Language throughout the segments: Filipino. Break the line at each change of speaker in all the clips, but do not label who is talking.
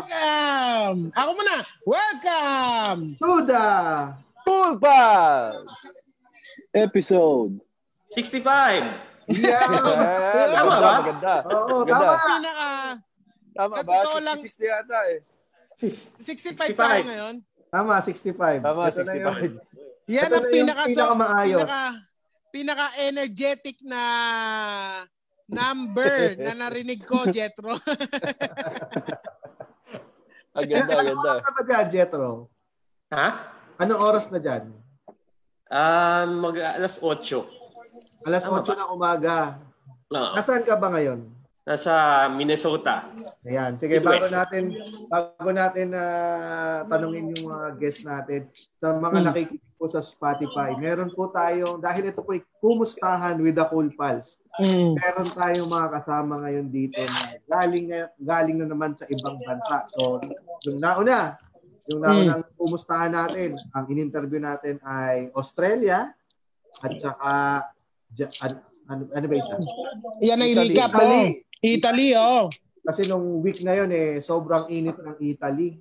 Welcome! Ako muna! Welcome!
Tuda!
Full Pass! Episode.
65!
Yeah!
Ayan, maganda,
Tama ba?
Maganda.
Oo,
Ganda.
tama!
Pinaka
Tama
Sa
ba?
totoo lang-
60 yata eh.
65
65.
tayo ngayon.
Tama, 65.
Tama,
Ito na yun.
Yan ang
65.
Ito na yung
pinaka
pinakamaayos.
pinaka pinaka energetic na number na narinig ko, Jetro.
Ang ganda, ang
Anong
ganda.
oras na ba dyan, Jetro?
Ha?
Anong oras na dyan?
Ah, mag alas 8.
Alas
Tama
8
ba?
ng umaga.
No.
Nasaan ka ba ngayon?
Nasa Minnesota.
Ayan. Sige, bago
Midwest.
natin bago natin na tanungin yung mga guests natin sa mga nakikinig po sa Spotify. Meron po tayong dahil ito po ay kumustahan with the Cool Pals.
Mm.
Meron tayong mga kasama ngayon dito na galing na- galing na naman sa ibang bansa. So, yung nauna, yung
Hmm.
naunang kumustahan natin, ang in-interview natin ay Australia at saka Ja- an- ano, ano ba isa?
Yan ang
Italy.
recap.
Italy.
Oh. Italy, oh.
Kasi nung week na yun eh, sobrang init ng Italy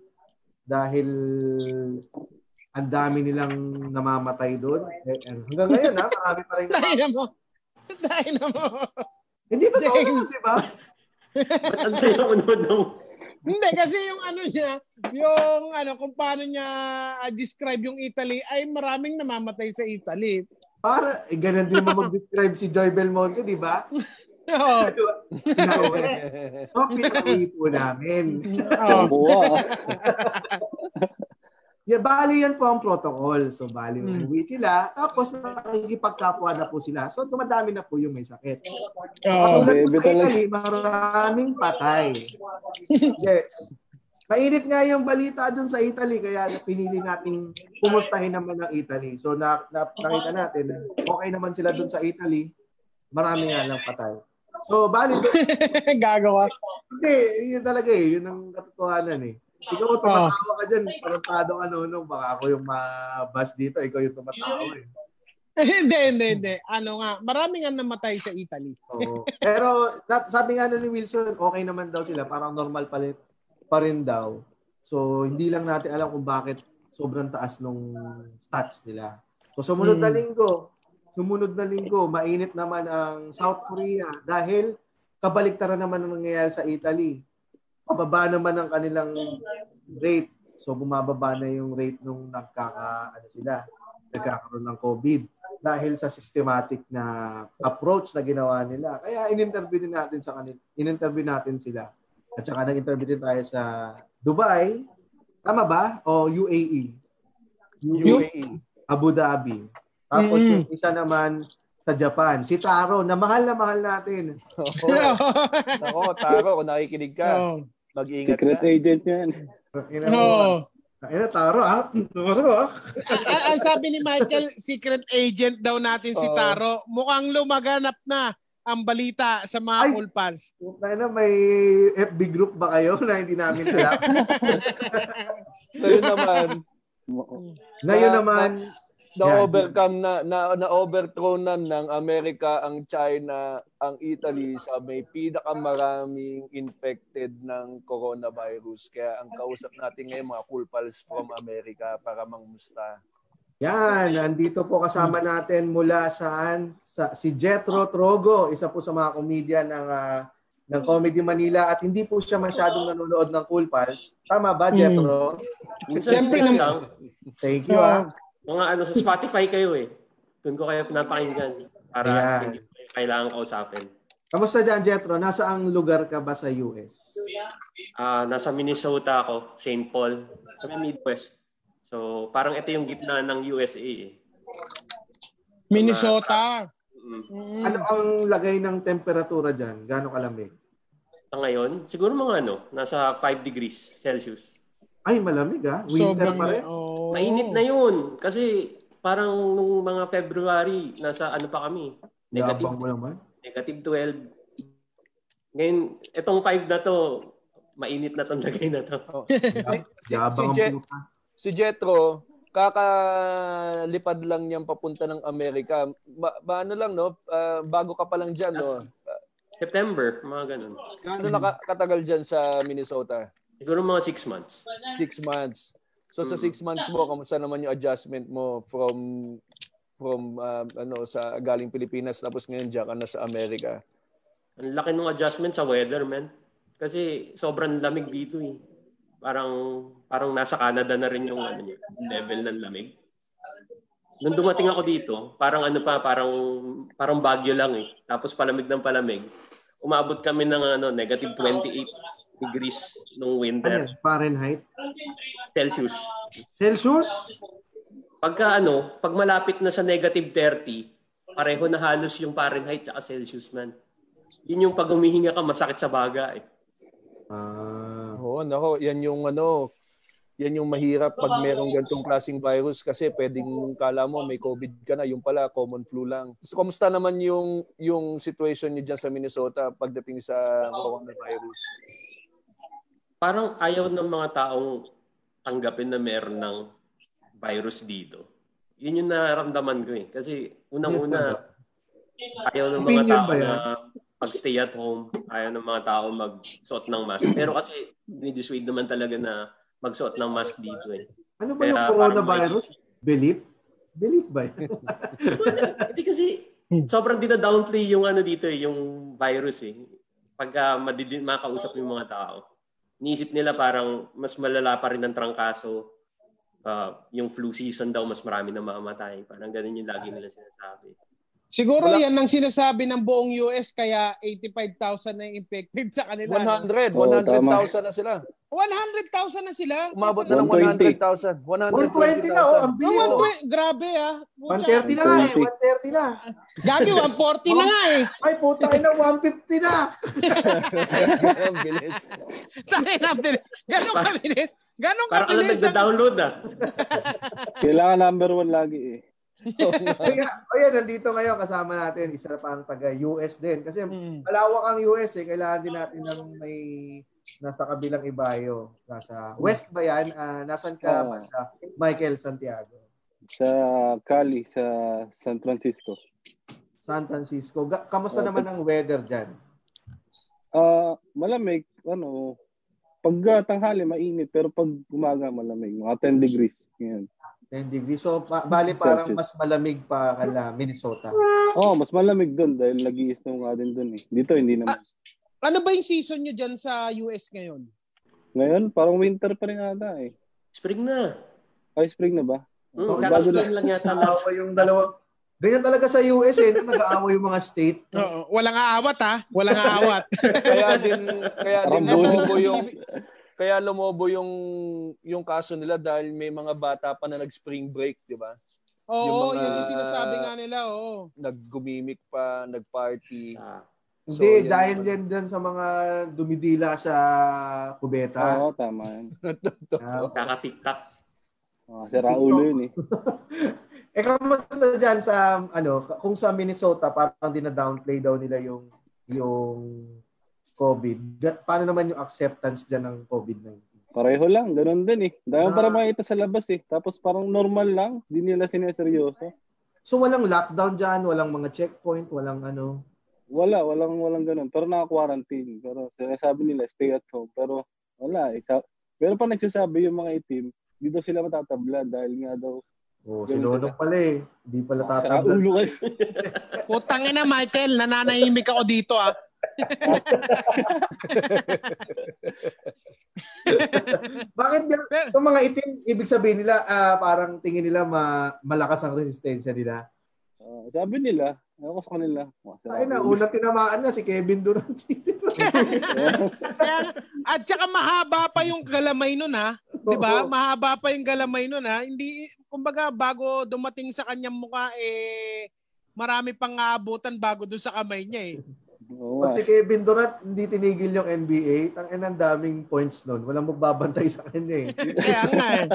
dahil ang dami nilang namamatay doon. Eh, eh, hanggang ngayon ha, marami pa rin.
Dahil mo. Dahil mo.
Hindi totoo
James.
naman, di ba?
Ba't ang sayo ko naman ng...
Hindi, kasi yung ano niya, yung ano, kung paano niya ah, describe yung Italy, ay maraming namamatay sa Italy.
Para, eh, ganun din mo mag-describe si Joy Belmonte, di ba?
Oo.
Pinauwi. O, pinauwi po namin.
Oo.
Ang buwa.
Yeah, bali yan po ang protocol. So, bali
Mm.
umuwi sila. Tapos, nakikipagkapwa na po sila. So, dumadami na po yung may sakit.
Oo.
Katulad po
Oh, Baby
sa
talaga.
Italy, maraming patay. Yes. Mainit nga yung balita doon sa Italy kaya pinili nating kumustahin naman ang Italy. So na, na, nakita natin na okay naman sila doon sa Italy. Marami nga lang patay. So bali doon,
Gagawa.
hindi, yun talaga eh. Yun ang katotohanan eh. Ikaw tumatawa ka dyan. Parantado ka noon. no? Baka ako yung mabas dito. Ikaw yung tumatawa eh.
hindi, hindi, hindi. Ano nga, marami nga namatay sa Italy.
Oo. Pero na- sabi nga nun ni Wilson, okay naman daw sila, parang normal pa rin, pa rin daw. So hindi lang natin alam kung bakit sobrang taas nung stats nila. So sumunod na
Hmm.
linggo, sumunod na linggo, mainit naman ang South Korea dahil kabaliktaran naman ang nangyayari sa Italy. Pababa naman ang kanilang rate. So bumababa na yung rate nung nagkaka ano sila, nagkakaroon ng COVID dahil sa systematic na approach na ginawa nila. Kaya in-interview din natin sa kanila, in-interview natin sila. At saka nag-interview din tayo sa Dubai, tama ba? O UAE?
UAE.
Abu Dhabi. Tapos
Mm-mm.
yung isa naman sa Japan, si Taro, na mahal na mahal natin.
Oo. Ako, Taro, kung nakikinig ka,
Oo.
mag-ingat
Secret eh.
ka.
agent yan.
Ina,
Oo.
ina Taro, ah. Taro, ah.
Ang- Ang sabi ni Michael, secret agent daw natin si
Oo.
Taro. Mukhang lumaganap na ang balita sa
Ay.
mga cool pals.
Putang ina, may FB group ba kayo na hindi namin sila?
Ngayon naman,
Ngayon naman,
na-overcome na, na, na-overthrow na ng Amerika ang China, ang Italy sa may pinakamaraming infected ng coronavirus. Kaya ang kausap natin ngayon mga cool pals from America para mangmusta.
Yan, nandito po kasama natin mula saan sa si Jetro Trogo, isa po sa mga komedyan ng ah, ng Comedy Manila at hindi po siya masyadong nanonood ng Cool Pals. Tama ba, Jetro?
Minsan
Siyempre
minsan
naman.
lang.
Thank you. ah.
Mga ano, sa Spotify kayo eh. Doon ko kayo pinapakinggan. Para
Ayan.
hindi ko kayo kailangan kausapin.
Kamusta dyan, Jetro? Nasa ang lugar ka ba sa US?
Ah, nasa Minnesota ako, St. Paul. Sa may Midwest. So, parang ito yung gitna ng USA eh.
Minnesota.
Mm.
Mm.
Ano ang lagay ng temperatura dyan? Gano'ng kalamig?
Sa ngayon, siguro mga ano, nasa 5 degrees Celsius.
Ay, malamig ah. Winter
Sobrang
pa rin.
oo.
Mainit na yun. Kasi parang nung mga February, nasa ano pa kami. Negative,
Yabang mo naman.
negative 12. Ngayon, itong 5 na to, mainit na tong lagay na to.
Oh.
Si, si,
Yabang ang
Je-
pinaka.
si Jetro, kakalipad lang niyang papunta ng Amerika. Ba, ba- ano lang, no? Ah, bago ka pa lang dyan, no?
September, mga ganun.
Ano na ka- katagal dyan sa Minnesota?
Siguro mga six months.
Six months. So sa
Mm.
six months mo, kamusta naman yung adjustment mo from from um, ano sa galing Pilipinas tapos ngayon diyan ka na sa Amerika.
Ang laki ng adjustment sa weather, man. Kasi sobrang lamig dito eh. Parang parang nasa Canada na rin yung ano, yung level ng lamig. Nung dumating ako dito, parang ano pa, parang parang Baguio lang eh. Tapos palamig ng palamig. Umabot kami ng ano, negative 28 degrees nung
Ano,
winter,
yan? Fahrenheit?
Celsius.
Celsius?
Pagka ano, pag malapit na sa negative 30, pareho na halos yung Fahrenheit at Celsius man. Yun yung pag humihinga ka, masakit sa baga eh.
Ah,
Oo, nako, yan yung ano, yan yung mahirap pag merong ganitong klaseng virus kasi pwedeng kala mo may COVID ka na, yung pala common flu lang. So, kamusta naman yung yung situation niyo diyan sa Minnesota pagdating sa coronavirus?
parang ayaw ng mga taong tanggapin na meron ng virus dito. Yun yung nararamdaman ko eh. Kasi unang-una, ayaw ng mga
Opinion
tao
ba yan?
na mag-stay at home. Ayaw ng mga tao magsuot ng mask. Pero kasi nidissuade naman talaga na magsuot ng mask dito eh.
ano ba yung
Kaya
coronavirus? Belief? Belief ba yun?
Hindi kasi sobrang dinadownplay yung ano dito eh, yung virus eh. Pagka madidi- makausap yung mga tao. Niisip nila parang mas malala pa rin ang trangkaso. Ah, yung flu season daw mas marami na makamatay. Parang ganun yung lagi nila sinasabi.
Siguro
Wala-
yan ang sinasabi ng buong US kaya 85,000 na yung infected sa kanila. no?
100,
Oo,
100,000 na sila.
100,000 na sila.
Umabot na ng
120.
100,000.
120 na, oh, ang
120.
bilis. Oh,
Grabe ah. Pucha.
130 na nga eh, 130
120.
na.
Gagi, 140 na nga eh.
Ay, puta ka na, 150 na.
Ang bilis.
Tangin na, bilis. Ganon kabilis. Ganon
Parang alam
kabilis. ang-
nagda-download ah.
Kailangan number one lagi eh.
Kaya, o Oh, yan, nandito ngayon kasama natin, isa pa ang taga-US din. Kasi
Mm.
malawak ang US eh, kailangan din natin ng may nasa kabilang ibayo. Nasa West ba yan? Ah, nasan ka,
Oo.
Basta? Michael Santiago?
Sa Cali, sa San Francisco.
San Francisco. Ga- Kamusta
Oo,
naman ang weather dyan?
Ah, malamig, ano, pag ah, tanghali mainit, pero pag umaga malamig, mga 10 degrees. Yan.
10 degrees. So, pa- bali parang mas malamig pa kala Minnesota.
Oh, mas malamig doon dahil nag i nga din doon eh. Dito hindi naman.
Ano ba yung season nyo dyan sa US ngayon?
Ngayon, parang winter pa rin ata eh.
Spring na.
Ay, spring na ba?
Mm,
Oo,
kakaslan
bago
lang yata last.
Nag-aaway yung dalawang... Ganyan talaga sa US eh, nung nag-aaway yung mga state.
Oo, walang aawat ha. Walang aawat.
Kaya din kaya din
Rambulan.
lumobo yung kaya lumobo yung yung kaso nila dahil may mga bata pa na nag spring break, 'di ba?
Oo,
Yung mga-
yun yung sinasabi nga nila. Oo.
Naggumimik pa, nagparty.
Ah,
So,
Hindi,
yun
dahil
naman.
din dyan sa mga dumidila sa kubeta.
Oo, tama yan.
Ah,
Kaka-tiktak.
Oh, sira ulo yun eh.
Eh, kamusta dyan sa, ano, kung sa Minnesota, parang dinadownplay daw nila yung, yung COVID. Da- Paano naman yung acceptance dyan ng COVID-19?
Pareho lang, ganun din eh.
Ah.
Dahil parang makita sa labas eh. Tapos parang normal lang, di nila sineseryoso.
So, walang lockdown dyan, walang mga checkpoint, walang ano.
Wala, walang walang ganun. Pero naka-quarantine. Pero sinasabi nila, stay at home. Pero wala. Eh. Sa- Pero pa nagsasabi yung mga itim, di daw sila matatabla dahil nga daw,
Oh, si Lolo pala eh. Hindi pala
sira
tatablan.
ulo kayo.
Putang ina, Michael. Nananahimik ako dito ah.
Bakit yan? Yung mga itim, ibig sabihin nila, ah, parang tingin nila ma- malakas ang resistensya nila.
Ah, sabi nila, ako sa kanila. "Oh, sira
Ay na,
ulo."
unang tinamaan na si Kevin Durant.
Kaya, at saka mahaba pa yung galamay nun ha. Di ba? Mahaba pa yung galamay nun ha. Hindi, kumbaga bago dumating sa kanyang mukha eh marami pang aabutan bago doon sa kamay niya eh.
Oo
Pag
nga.
si Kevin Durant, hindi tinigil yung NBA, tang ang daming points nun. Walang magbabantay sa kanya eh.
Kaya nga eh.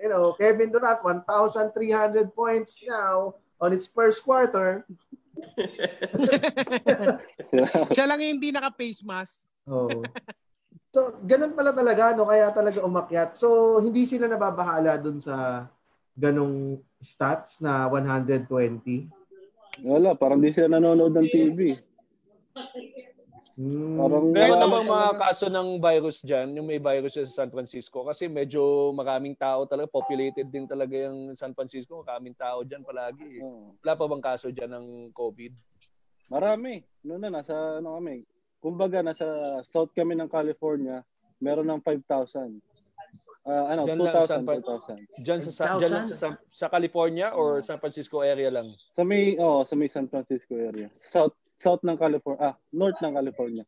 You know, Kevin Durant, 1,300 points now on its first quarter.
Sira-
Siya lang yung hindi naka-face mask.
Oh. So, ganun pala talaga, no? Kaya talaga umakyat. So, hindi sila nababahala dun sa ganong stats na 120.
Wala, parang di sila nanonood ng TV.
Hmm.
Meron
Parang-
na
Ito,
bang
ito
mga
na.
kaso ng virus dyan, yung may virus sa San Francisco? Kasi medyo maraming tao talaga, populated din talaga yung San Francisco, maraming tao dyan palagi. eh.
Oo.
Wala pa bang kaso dyan ng COVID?
Marami. Noon na, nasa ano kami. Kumbaga, nasa south kami ng California, meron ng 5,000. Ah, ano,
Diyan lang, San
2,000,
Fran-
2,000.
Dyan sa, sa- dyan lang sa, sa, sa California or San Francisco area lang?
Sa may, oh, sa may San Francisco area. South, south ng California, ah, north ng California.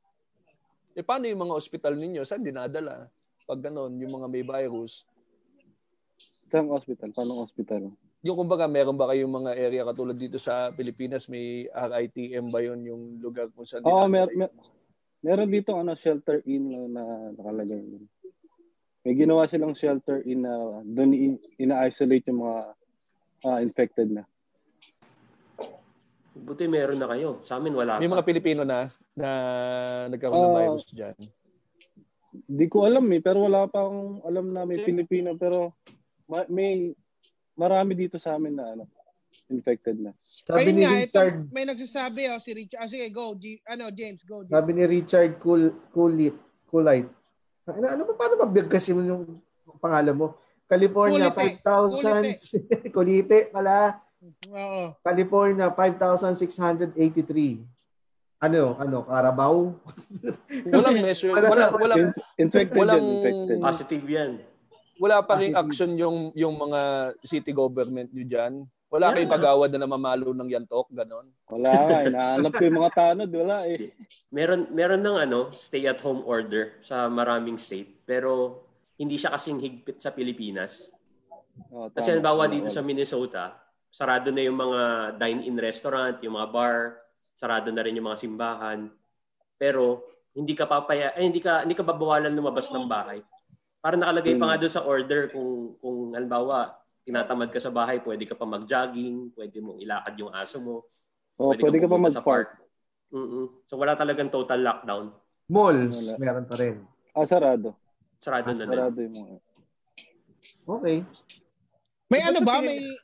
E paano yung mga ospital ninyo? Saan dinadala? Pag ganun, yung mga may virus,
Isang hospital, paano hospital?
yung kumbaga meron ba kayong mga area katulad dito sa Pilipinas may RITM ba yun yung lugar kung saan dinadala
Oo, oh, mer- mer- meron dito ano, shelter in na, na nakalagay. May ginawa silang shelter in na ah, doon i- ina-isolate yung mga ah, infected na.
Buti meron na kayo. Sa amin wala
May
pa.
mga Pilipino na na nagkaroon ng
Ah.
virus dyan.
Di ko alam eh, pero wala pa akong alam na may
Sure.
Pilipino, pero ma- may marami dito sa amin na ano, infected na.
Sabi
Ayun
ni
nga,
Richard,
Ito, may nagsasabi, oh, si Richard. Ah, sige, go. G- ano, James, go. James.
sabi ni Richard Cool Coolit, Coolite. Ano, ano ba paano mabigkas kasi mo yung pangalan mo? California
Kulite.
5,000 Kulite pala.
Oo.
California 5,683. Ano, ano, Carabao?
Walang measure,
Wala-
wala wala
In- infected
walang-
yun, infected.
Positive yan.
wala pa ring action yung yung mga city government nyo diyan. Wala
Yeah.
kayong kagawad na namamalo ng yantok, ganon.
Wala nga, inahanap ko yung mga tanod, wala eh.
Meron meron ng ano, stay at home order sa maraming state, pero hindi siya kasing higpit sa Pilipinas.
Oh,
Kasi halimbawa dito sa Minnesota, sarado na yung mga dine-in restaurant, yung mga bar, sarado na rin yung mga simbahan. Pero hindi ka papaya, eh, hindi ka hindi ka babawalan lumabas ng bahay. Para nakalagay pa
Hmm.
nga doon sa order kung kung halimbawa tinatamad ka sa bahay, pwede ka pa mag-jogging, pwede mong ilakad yung aso mo,
Oh, pwede ka pa
pumunta sa
mag-park.
park. Mm-mm. So wala talagang total lockdown.
Malls,
Wala.
meron pa rin.
Ah, sarado.
Sarado na rin.
Sarado yung mga.
Okay.
May
Ba't
ano
sa
ba?
tingin-
May...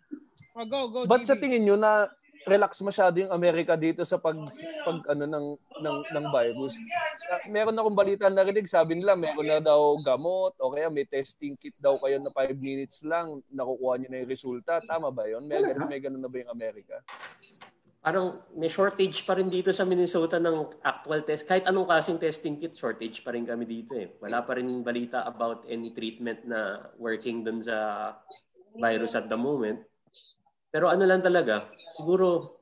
Oh, go, go,
Ba't sa
GB.
tingin nyo na relax masyado yung Amerika dito sa pag pag ano ng ng ng virus? Na- Meron akong balita narinig, sabi nila meron na daw gamot o kaya may testing kit daw kayo na 5 minutes lang nakukuha niyo na yung resulta. Tama ba 'yon? May ganun, may ganun na ba yung Amerika?
Parang may shortage pa rin dito sa Minnesota ng actual test. Kahit anong klaseng testing kit, shortage pa rin kami dito eh. Wala pa rin balita about any treatment na working dun sa virus at the moment. Pero ano lang talaga, siguro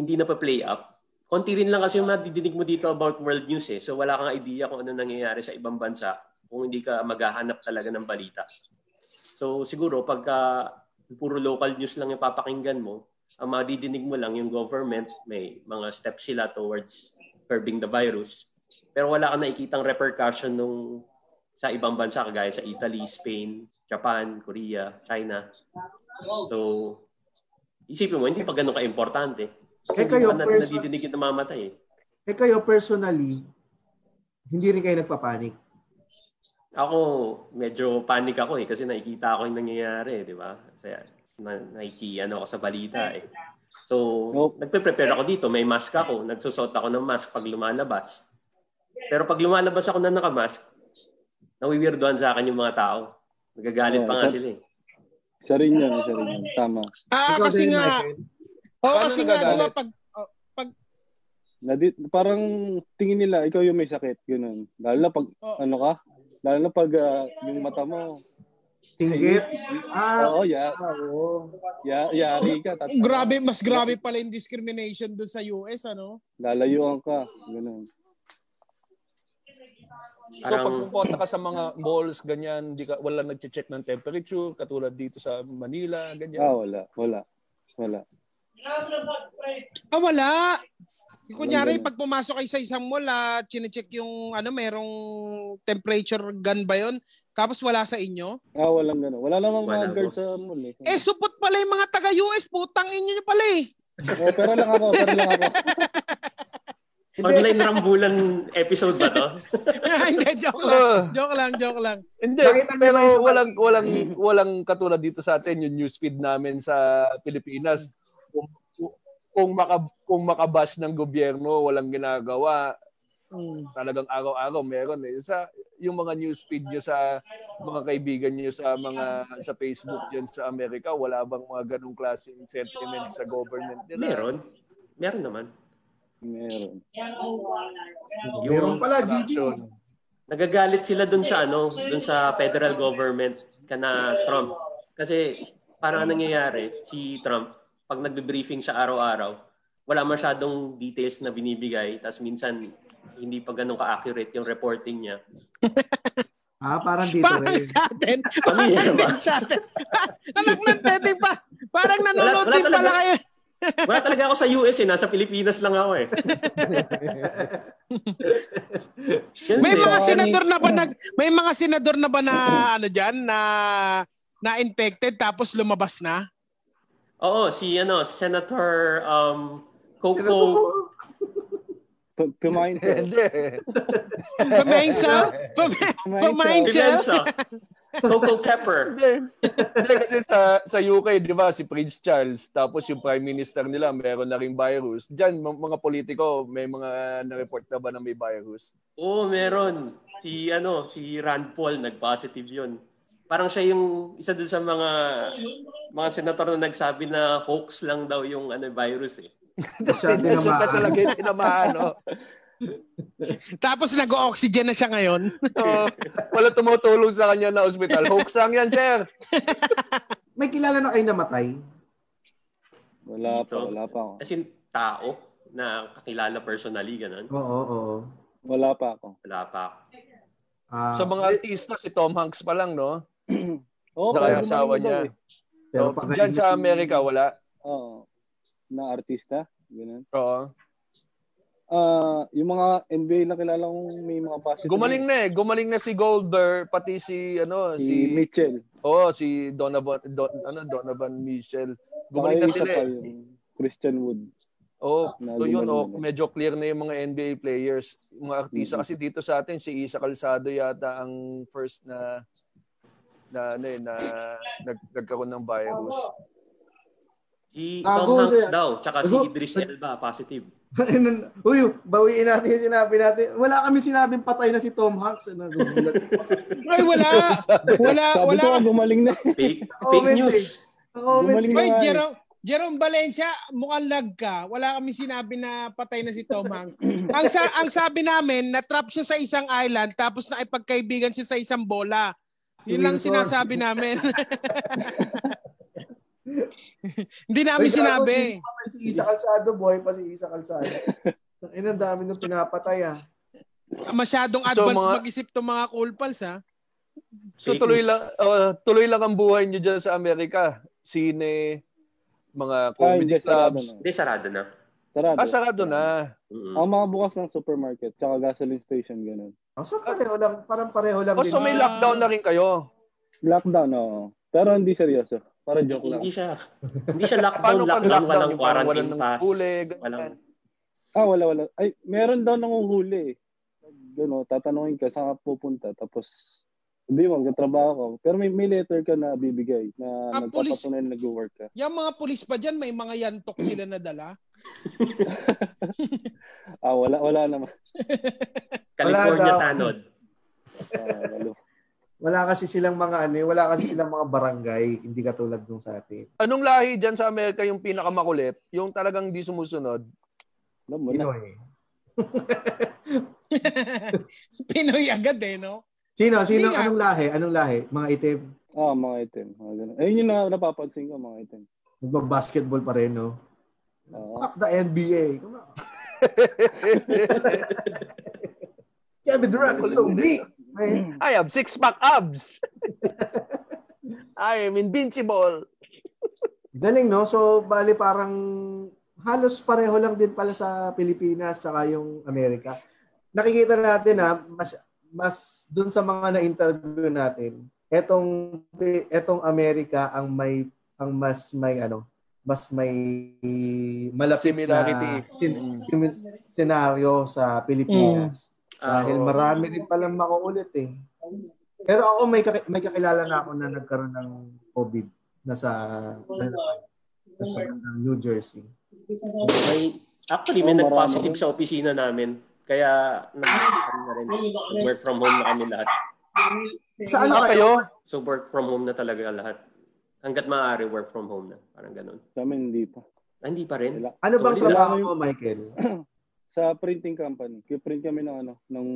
hindi na pa-play up. Konti rin lang kasi yung madidinig mo dito about world news eh. So wala kang idea kung ano nangyayari sa ibang bansa kung hindi ka maghahanap talaga ng balita. So siguro pagka puro local news lang yung papakinggan mo, ang madidinig mo lang yung government, may mga steps sila towards curbing the virus. Pero wala kang nakikitang repercussion nung sa ibang bansa kagaya sa Italy, Spain, Japan, Korea, China. So, isipin mo, hindi pa ganun ka-importante. Kasi
Eh, kayo,
hindi pa
person-
natin nadidinig yung namamatay eh.
Eh kayo personally, hindi rin kayo nagpapanik.
Ako, medyo panic ako eh kasi nakikita ko yung nangyayari, eh, di ba? Kasi na- nakikiyan ako sa balita eh. So,
Nope.
nagpe-prepare ako dito. May mask ako. Nagsusot ako ng mask pag lumalabas. Pero pag lumalabas ako na nakamask, nawiwirdohan sa akin yung mga tao. Nagagalit
Oo,
pa nga
sir.
sila eh.
Isa rin yan, isa rin yan. Tama.
Ah,
Ikaw
kasi
din,
nga,
Michael.
oh,
Paano
kasi nga, di ba,
nagagalit?
pag, oh,
Nadi, parang tingin nila, ikaw yung may sakit. Ganun. Lalo na pag,
oh,
ano ka? Lalo na pag ah, yung mata mo.
Tinggit. Ah,
Oo, ya,
ah, oo.
ya, yari ka. Tapos,
grabe, mas grabe pala yung discrimination doon sa US, ano?
Lalayuan ka. Ganun.
So
Parang-
pag pupunta ka sa mga malls, ganyan, di ka, wala nagche-check ng temperature, katulad dito sa Manila,
Ah,
ganyan.
wala. Wala. Wala.
Ah, wala. Yung
Walang
Kunyari,
ganun.
pag pumasok kayo sa isang mall, ah, chinecheck yung, ano, merong temperature gun ba yun? Tapos wala sa inyo?
Ah, walang ganun. Wala namang
Wala,
mga guard
boss.
sa mall eh.
Eh, supot pala yung mga taga-US, putang inyo nyo pala eh.
Oh, pero lang ako, pero lang ako.
Online rambulan episode ba to?
Hindi, joke lang.
Ah.
Joke lang, joke lang.
Hindi,
Nakita mo ba yung
pero
sa-
walang walang walang katulad dito sa atin yung newsfeed namin sa Pilipinas. Kung, kung maka kung makabash ng gobyerno, walang ginagawa. Talagang araw-araw meron eh. Sa yung mga news feed niyo sa mga kaibigan niyo sa mga sa Facebook diyan sa Amerika, wala bang mga ganung klaseng sentiment sa government nila?
Meron. Meron naman.
Meron.
Meron
Yung
pala, GG.
nagagalit sila dun sa ano, dun sa federal government kana Trump. Kasi parang anong nangyayari, si Trump, pag nagbe-briefing siya araw-araw, wala masyadong details na binibigay. Tapos minsan, hindi pa ganun ka-accurate yung reporting niya.
Ah, parang dito
Parang
rin.
sa atin.
Ano
Parang
yun, ba?
din sa atin. Anak ng Teddy pa. Parang nanonood
wala
din pala
talaga.
kayo.
Wala talaga ako sa US eh. Nasa Pilipinas lang ako eh. Ganun
May
eh.
mga
Sorry.
senador na ba nag may mga senador na ba na ano diyan na na infected tapos lumabas na?
Oo, si ano, Senator um,
Pero
Coco.
P- Kumain ka.
Eh, Hindi.
Pamain sa pamain sa
Pimensa. Coco Pepper.
Hindi. Hindi, kasi sa, sa UK, di ba, si Prince Charles, tapos yung Prime Minister nila, meron na rin virus. Diyan, mga mga politiko, may mga na-report na ba na may virus?
Oo, meron. Si ano, si Rand Paul nag-positive 'yun. Parang siya yung isa dun sa mga mga senator na nagsabi na hoax lang daw yung ano virus eh.
Siya pa
Siya tinamaan.
talaga yung tinamaan, no?
tapos nag-o-oxygen na siya ngayon.
Oo. wala tumutulong sa kanya na ospital. Hoax lang yan, sir.
May kilala na kayo namatay?
Wala pa,
Dito.
wala pa ako.
Kasi tao na kakilala personally ganun.
Oo, oo.
Wala pa ako.
Wala pa.
Ah,
Sa mga artista, si Tom Hanks pa lang, no?
Oo,
Sa
parang
asawa
gumaling
niya.
daw eh.
pero
So,
pag
Diyan sa Amerika, wala.
Oo. Na artista, ganun.
Oo.
Ah, yung mga NBA na kilala kong may mga positive.
Gumaling na eh. Gumaling na si Golder, pati si, ano,
si
si,
Mitchell.
oh, si Donovan, Don, ano, Donovan Mitchell.
Gumaling
Gumaling na sila eh.
Christian Wood.
Oh,
Na
so yun, oh,
lumalim na.
medyo clear na yung mga NBA players, yung mga artista.
Mhm.
Kasi dito sa atin, si Isa Calzado yata ang first na na ano eh, na nag, nagkaroon ng virus.
Si
Ah,
Tom
go, sir.
Hanks daw, tsaka si
Go.
Idris Elba positive.
Ayun, Uy, bawiin natin yung sinabi natin. Wala kami sinabing patay na si Tom Hanks. Ano, gugulat.
Ay wala. Wala
Sabi
wala.
ko nga, gumaling na.
Fake,
Oh,
fake
may
news.
Ang comment.
Gumaling
Hoy
nga eh.
Jerome Jerome Valencia, mukhang lag ka. Wala kami sinabi na patay na si Tom Hanks. Ang, sa- ang sabi namin, na-trap siya sa isang island tapos nakipagkaibigan siya sa isang bola.
Si
Yun lang
Wilson.
sinasabi namin. Hindi namin
Ay,
sinabi.
tapos, hindi pa Si Isa Calzado, boy pa si Isa Calzado. Ang ina, dami nung pinapatay ah.
Masyadong
So,
advanced
mga-
mag-isip tong mga cool pals ha.
So
Fake
tuloy
news.
lang oh, tuloy lang ang buhay niyo diyan sa Amerika. Sine, mga
Ah, hindi,
comedy clubs.
sarado na.
Hindi sarado na.
Sarado.
Ah, sarado na.
Mm-mm.
Ang mga bukas ng supermarket, tsaka gasoline station, ganun.
Oh, so pareho lang, parang pareho lang
Oh, so may lockdown na rin kayo.
Lockdown, oo. Pero hindi seryoso. Para joke lang.
Hindi siya. Hindi siya lockdown,
Paano pag
lockdown, walang
lockdown? Yung parang
quarantine
walang
pass.
huli, ganyan.
Walang
Ah, wala, wala. Ay, meron daw nanguhuli eh. Gano, tatanungin ka, saan ka pupunta? Tapos, hindi mo, magkatrabaho ko. Pero may, may letter ka na bibigay na
Ah, pulis.
nagpapatunay na nag-work ka.
Yung mga pulis pa dyan, may mga yantok sila na dala.
Ah, wala, wala naman.
California
daw.
tanod.
Ah, walo.
Wala kasi silang mga ano, eh, wala kasi silang mga barangay, hindi katulad nung sa atin.
Anong lahi diyan sa Amerika yung pinakamakulit? Yung talagang di sumusunod?
Alam mo na.
Pinoy.
Pinoy agad eh, no?
Sino? Sino?
Hindi nga.
Anong lahi? Anong lahi? Mga itim?
Ah, mga item. Mga ganun. Ayun yung na, napapansin ko, mga item.
Nagbabasketball pa rin, no?
Oo.
Fuck the NBA. Come on. Kevin Durant is so great. Man.
I have six-pack abs. I am invincible.
Galing, no? So, bali parang halos pareho lang din pala sa Pilipinas tsaka yung Amerika. Nakikita natin na mas mas dun sa mga na-interview natin, etong etong Amerika ang may ang mas may ano, mas may malapit na
Similarity.
sin, simi- scenario sa Pilipinas.
Ah,
Dahil
oo.
marami rin palang makuulit eh. Pero ako may, kaki- may kakilala na ako na nagkaroon ng COVID na sa na sa New Jersey.
May, actually, may
Oh, marami
nag-positive
rin.
sa opisina namin. Kaya nag- ano na rin, work from home na kami lahat.
Sa ano
Ah,
kayo?
kayo?
So work from home na talaga lahat. Hanggat maaari, work from home na. Parang ganun.
Sa amin, hindi pa.
Ah, hindi pa rin.
Wala.
Ano bang
Sorry,
trabaho
wala.
mo, Michael?
Sa printing company, kiprint kami ng ano, ng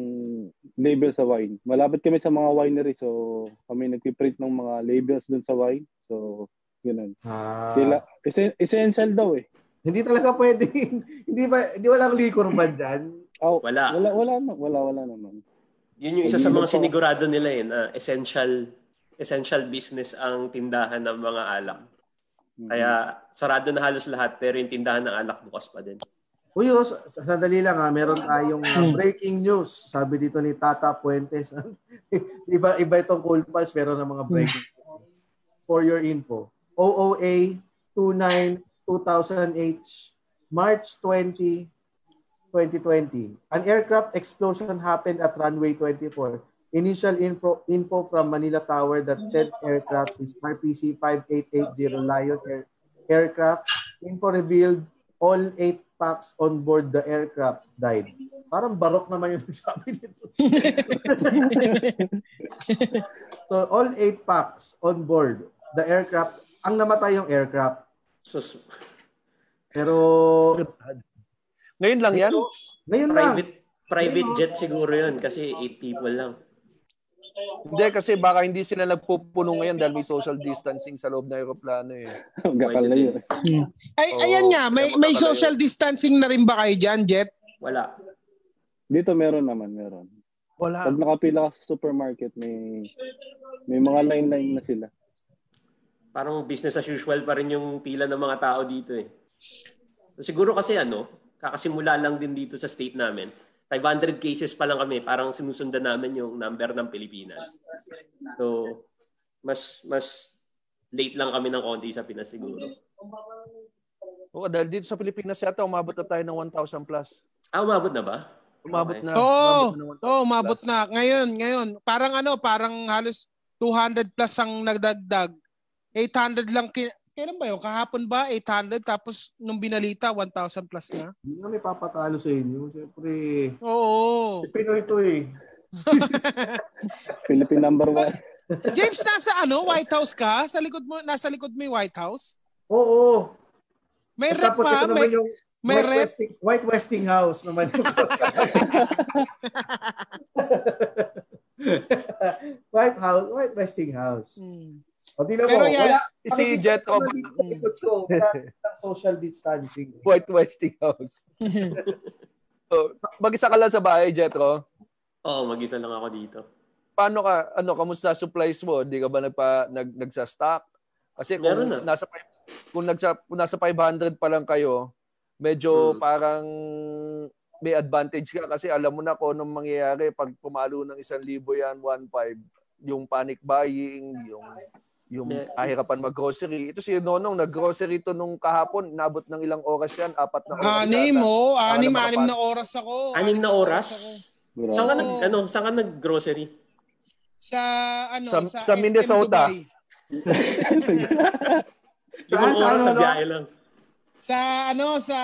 label sa wine. Malapit kami sa mga winery, so kami nagpiprint ng mga labels dun sa wine. So, ganun.
Ah,
Kila, essen- essential daw eh.
hindi talaga pwede. hindi ba hindi walang liquor ban diyan?
Oh,
Wala.
wala wala na, wala wala naman.
Yun yung isa sa
Hindi
mga
pa-
sinigurado nila eh, na essential essential business ang tindahan ng mga alak.
Mm.
Kaya sarado na halos lahat pero yung tindahan ng alak bukas pa din.
Uy, oh, sa- sandali lang ha, meron tayong uh, breaking news. Sabi dito ni Tata Puentes. iba, iba itong cool pals, pero ng mga breaking news. For your info, OOA 29-2000H, March 20, 2020. An aircraft explosion happened at runway 24. Initial info, info from Manila Tower that said aircraft is RPC 5880 Lion air, aircraft. Info revealed all eight packs on board the aircraft died. Parang barok naman yung nagsabi nito. so all eight packs on board the aircraft. Ang namatay yung aircraft.
So s-
Pero
Ngayon lang yan?
ngayon lang.
private private jet siguro yun kasi 8 people lang.
Hindi, kasi baka hindi sila nagpupuno ngayon dahil may social distancing sa loob ng aeroplano eh.
Gakal na yun.
Ay,
Oo,
ayan niya, may,
kaya
may
magkakalayo.
social distancing na rin ba kayo dyan, Jeff?
Wala.
Dito meron naman, meron.
Wala.
Pag nakapila ka sa supermarket, may may mga line-line na sila.
Parang business as usual pa rin yung pila ng mga tao dito eh. So, siguro kasi ano, kakasimula lang din dito sa state namin. 500 cases pa lang kami, parang sinusundan namin yung number ng Pilipinas. So, mas mas late lang kami ng konti sa Pinas siguro.
Oo, dahil dito sa Pilipinas yata, umabot na tayo ng 1,000 plus.
Ah, umabot na ba?
Umabot
Okay.
na.
Oo.
umabot na ng 1,000
Oo, oh, mabot
plus.
na. Ngayon, ngayon. Parang ano, parang halos 200 plus ang nagdagdag. 800 lang. Ki- Kailan ba yun? Kahapon ba? 800. Tapos nung binalita, 1,000 plus na.
Hindi kami papatalo sa inyo. Siyempre,
Oo.
Pinoy to eh.
Philippine number one.
James, nasa ano? White House ka? Sa likod mo, nasa likod mo yung White House?
Oo.
May
At
rep
Tapos ito
pa?
naman
May,
yung
may
White,
rep?
Westing, White Westinghouse naman. White House, White Westinghouse.
Hmm.
O di na
Pero
mo,
yan-
wala.
Eh, Si
Nakikita
Jetro,
naman dito sa likod ko, wala ng social distancing.
White Westinghouse. So, mag-isa ka lang sa bahay, Jetro.
Oo, mag-isa lang ako dito.
paano ka ano kamusta supplies mo? Hindi ka ba nagpa nag, nagsa-stock? Kasi kung
Meron na.
nasa five- kung nagsa kung nasa 500 pa lang kayo, medyo
Hmm.
parang may advantage ka kasi alam mo na kung anong mangyayari pag pumalo ng 1,000 yan, 1.5, yung panic buying, yung yung
Me-
kahirapan mag-grocery. Ito si Nonong, nag-grocery to nung kahapon, nabot ng ilang oras yan, apat na oras.
Anim, oo. Anim,
yata. Alam mo,
anim
kapag-
na oras ako.
Anim na
ako.
oras?
Grabe.
Saan ka
Oo.
nag, ano, saan ka nag-grocery?
Sa, ano,
Sa-
sa,
sa
SM
Minnesota.
Dubai.
Limang
Saan, saan,
oras sa
ano?
biyahe lang.
Sa, ano, sa,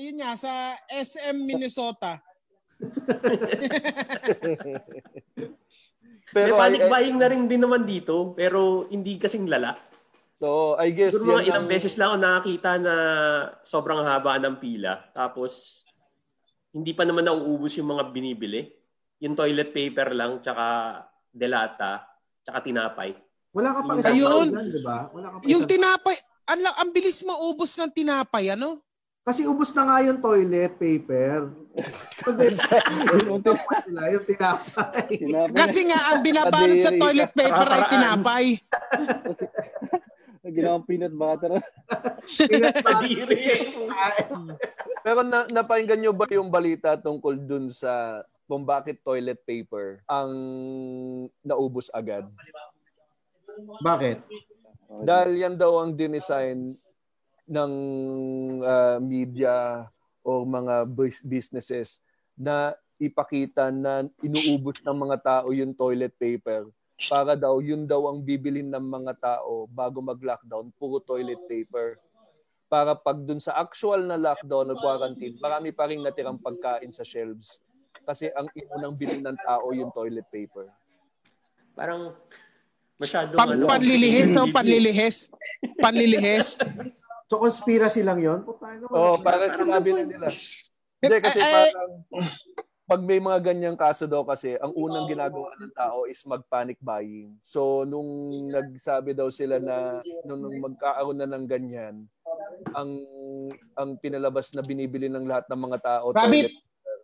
ayun nga, sa SM Minnesota.
May
Pero
panic
eh,
I, I,
buying na rin din naman dito, pero hindi kasing lala.
so, I guess
Siguro mga
yan
ilang
ang-
beses lang ako nakakita na sobrang haba ng pila. Tapos, hindi pa naman nauubos yung mga binibili. Yung toilet paper lang, tsaka delata, tsaka tinapay.
Wala ka pang isang
Ayun.
taon yan, di ba? Wala ka pang
Yung
isang-
tinapay, ang, la- ang bilis maubos ng tinapay, ano?
Kasi ubos na nga yung toilet paper. So, then, yung tinapay nila, yung tinapay.
Sinabi
Kasi nga, ang binabalot sa
Kadiri ka.
toilet paper ay
Paraan.
tinapay.
na ginawang peanut butter.
Kadiri.
Pero na, napakinggan nyo ba yung balita tungkol dun sa kung bakit toilet paper ang naubos agad?
Bakit?
Dahil yan daw ang dinesign ng ah, media o mga bus- businesses na ipakita na inuubos ng mga tao yung toilet paper para daw yun daw ang bibilin ng mga tao bago mag-lockdown, puro toilet paper. para pag dun sa actual na lockdown o quarantine, marami pa rin natirang pagkain sa shelves. Kasi ang iunang bilhin ng tao yung toilet paper.
Parang masyadong
Pag
ano.
panlilihis, oh, so panlilihis. Panlilihis.
So conspiracy lang yun? Putang
Oo,
ina,
oh,
Ano, wala-
parang sinabi na nila. Hindi, kasi
Eh, eh,
parang pag may mga ganyang kaso daw kasi, ang unang ginagawa ng tao is mag-panic buying. So, nung nagsabi daw sila na nung, nung magkaaroon na ng ganyan, ang ang pinalabas na binibili ng lahat ng mga tao
Rabbit!
toilet paper,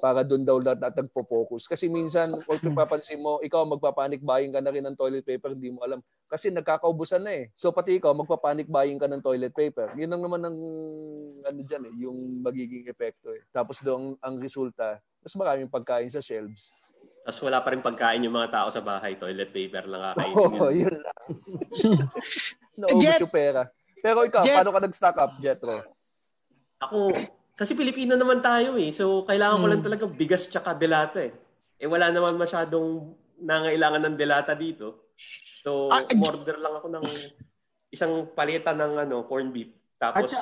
para doon daw lahat at nagpo-focus. Kasi minsan, huwag kang papansin mo, ikaw magpapanic buying ka na rin ng toilet paper, hindi mo alam. Kasi nagkakaubusan na eh. So pati ikaw, magpapanic buying ka ng toilet paper. Yun ang naman ang ano dyan eh, yung magiging epekto eh. Tapos daw ang, ang resulta, mas maraming pagkain sa shelves.
Tapos wala pa rin pagkain yung mga tao sa bahay. Toilet paper lang kakainin.
Oo, yun lang. Naubos
Jet!
yung pera. Pero ikaw,
Jet!
paano ka nag-stock up, Jetro?
Ako, kasi Pilipino naman tayo eh. So, kailangan ko
Hmm.
lang talaga bigas tsaka delata eh. Eh, wala naman masyadong nangailangan ng delata dito. So,
eh,
Ah, ah,
order lang ako ng isang paleta ng ano, corn beef. Tapos,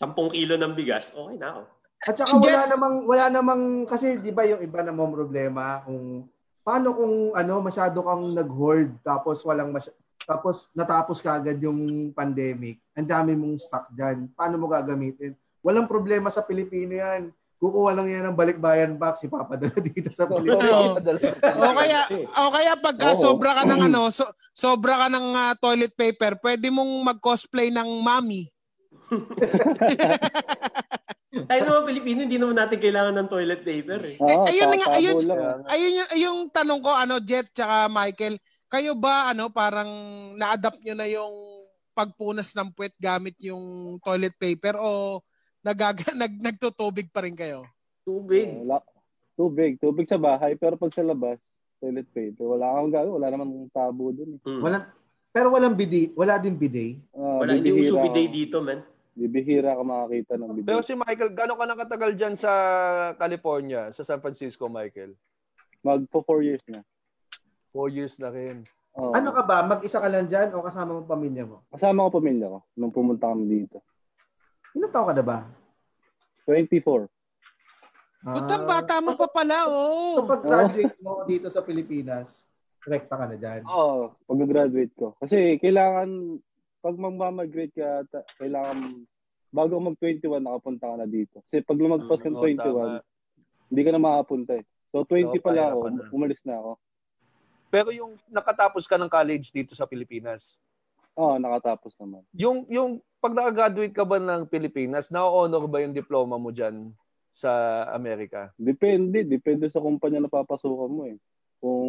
At
10 kilo ng bigas. Okay na ako.
At saka wala
Jet-
namang wala namang kasi 'di ba yung iba namang problema kung paano kung ano masyado kang nag-hoard tapos walang masy- tapos natapos kaagad yung pandemic. Ang dami mong stock diyan. Paano mo gagamitin? Walang problema sa Pilipino 'yan. Kukuha lang yan ng balikbayan box, ipapadala dito sa Pilipinas.
Oo. O kaya o kaya pagka
Oo.
sobra ka ng ano, so, sobra ka ng ah, toilet paper, pwede mong mag-cosplay ng mommy.
Tayo naman Pilipino, hindi naman natin kailangan ng toilet paper eh.
Oo,
ayun na nga,
tatabo
ayun.
Ah, lang.
Ayun yung, yung tanong ko ano Jet tsaka Michael, kayo ba ano parang na-adapt nyo na yung pagpunas ng puwet gamit yung toilet paper o nagaga, nag, nagtutubig pa rin kayo?
Tubig.
Oh, Wala. Tubig. Tubig sa bahay. Pero pag sa labas, toilet paper. Wala akong gagawin. Wala naman tabo dun. Eh.
Hmm.
Walang pero walang bidi, wala din bidet.
Ah,
Wala, hindi
bibihira
uso
ako-
bidet dito, man.
Bibihira ka makakita ng bidet.
Pero si Michael, gano'n ka nakatagal dyan sa California, sa San Francisco, Michael?
Magpo four years na.
Four years na rin.
Oo.
Ano ka ba? Mag-isa ka lang diyan o kasama mo pamilya mo?
Kasama ko pamilya ko nung pumunta kami dito.
Ilang taon ka na ba?
24.
Putang
Ah.
bata mo pa pala,
So
oh.
pag-graduate mo dito sa Pilipinas, rekta ka na dyan.
Oo, pag-graduate ko. Kasi kailangan, pag magmamigrate ka, ta- kailangan, bago mag-21, nakapunta ka na dito. Kasi pag lumagpas
Mm,
ng
oo,
21,
tama.
hindi ka na makapunta eh. So, 20
Oo,
pa lang ako,
pahirapan na.
umalis na ako.
Pero yung nakatapos ka ng college dito sa Pilipinas,
Oo, nakatapos naman.
yung, yung pag nakagraduate ka ba ng Pilipinas, na-honor ba yung diploma mo dyan sa Amerika?
Depende, depende sa kumpanya na papasukan mo eh. Kung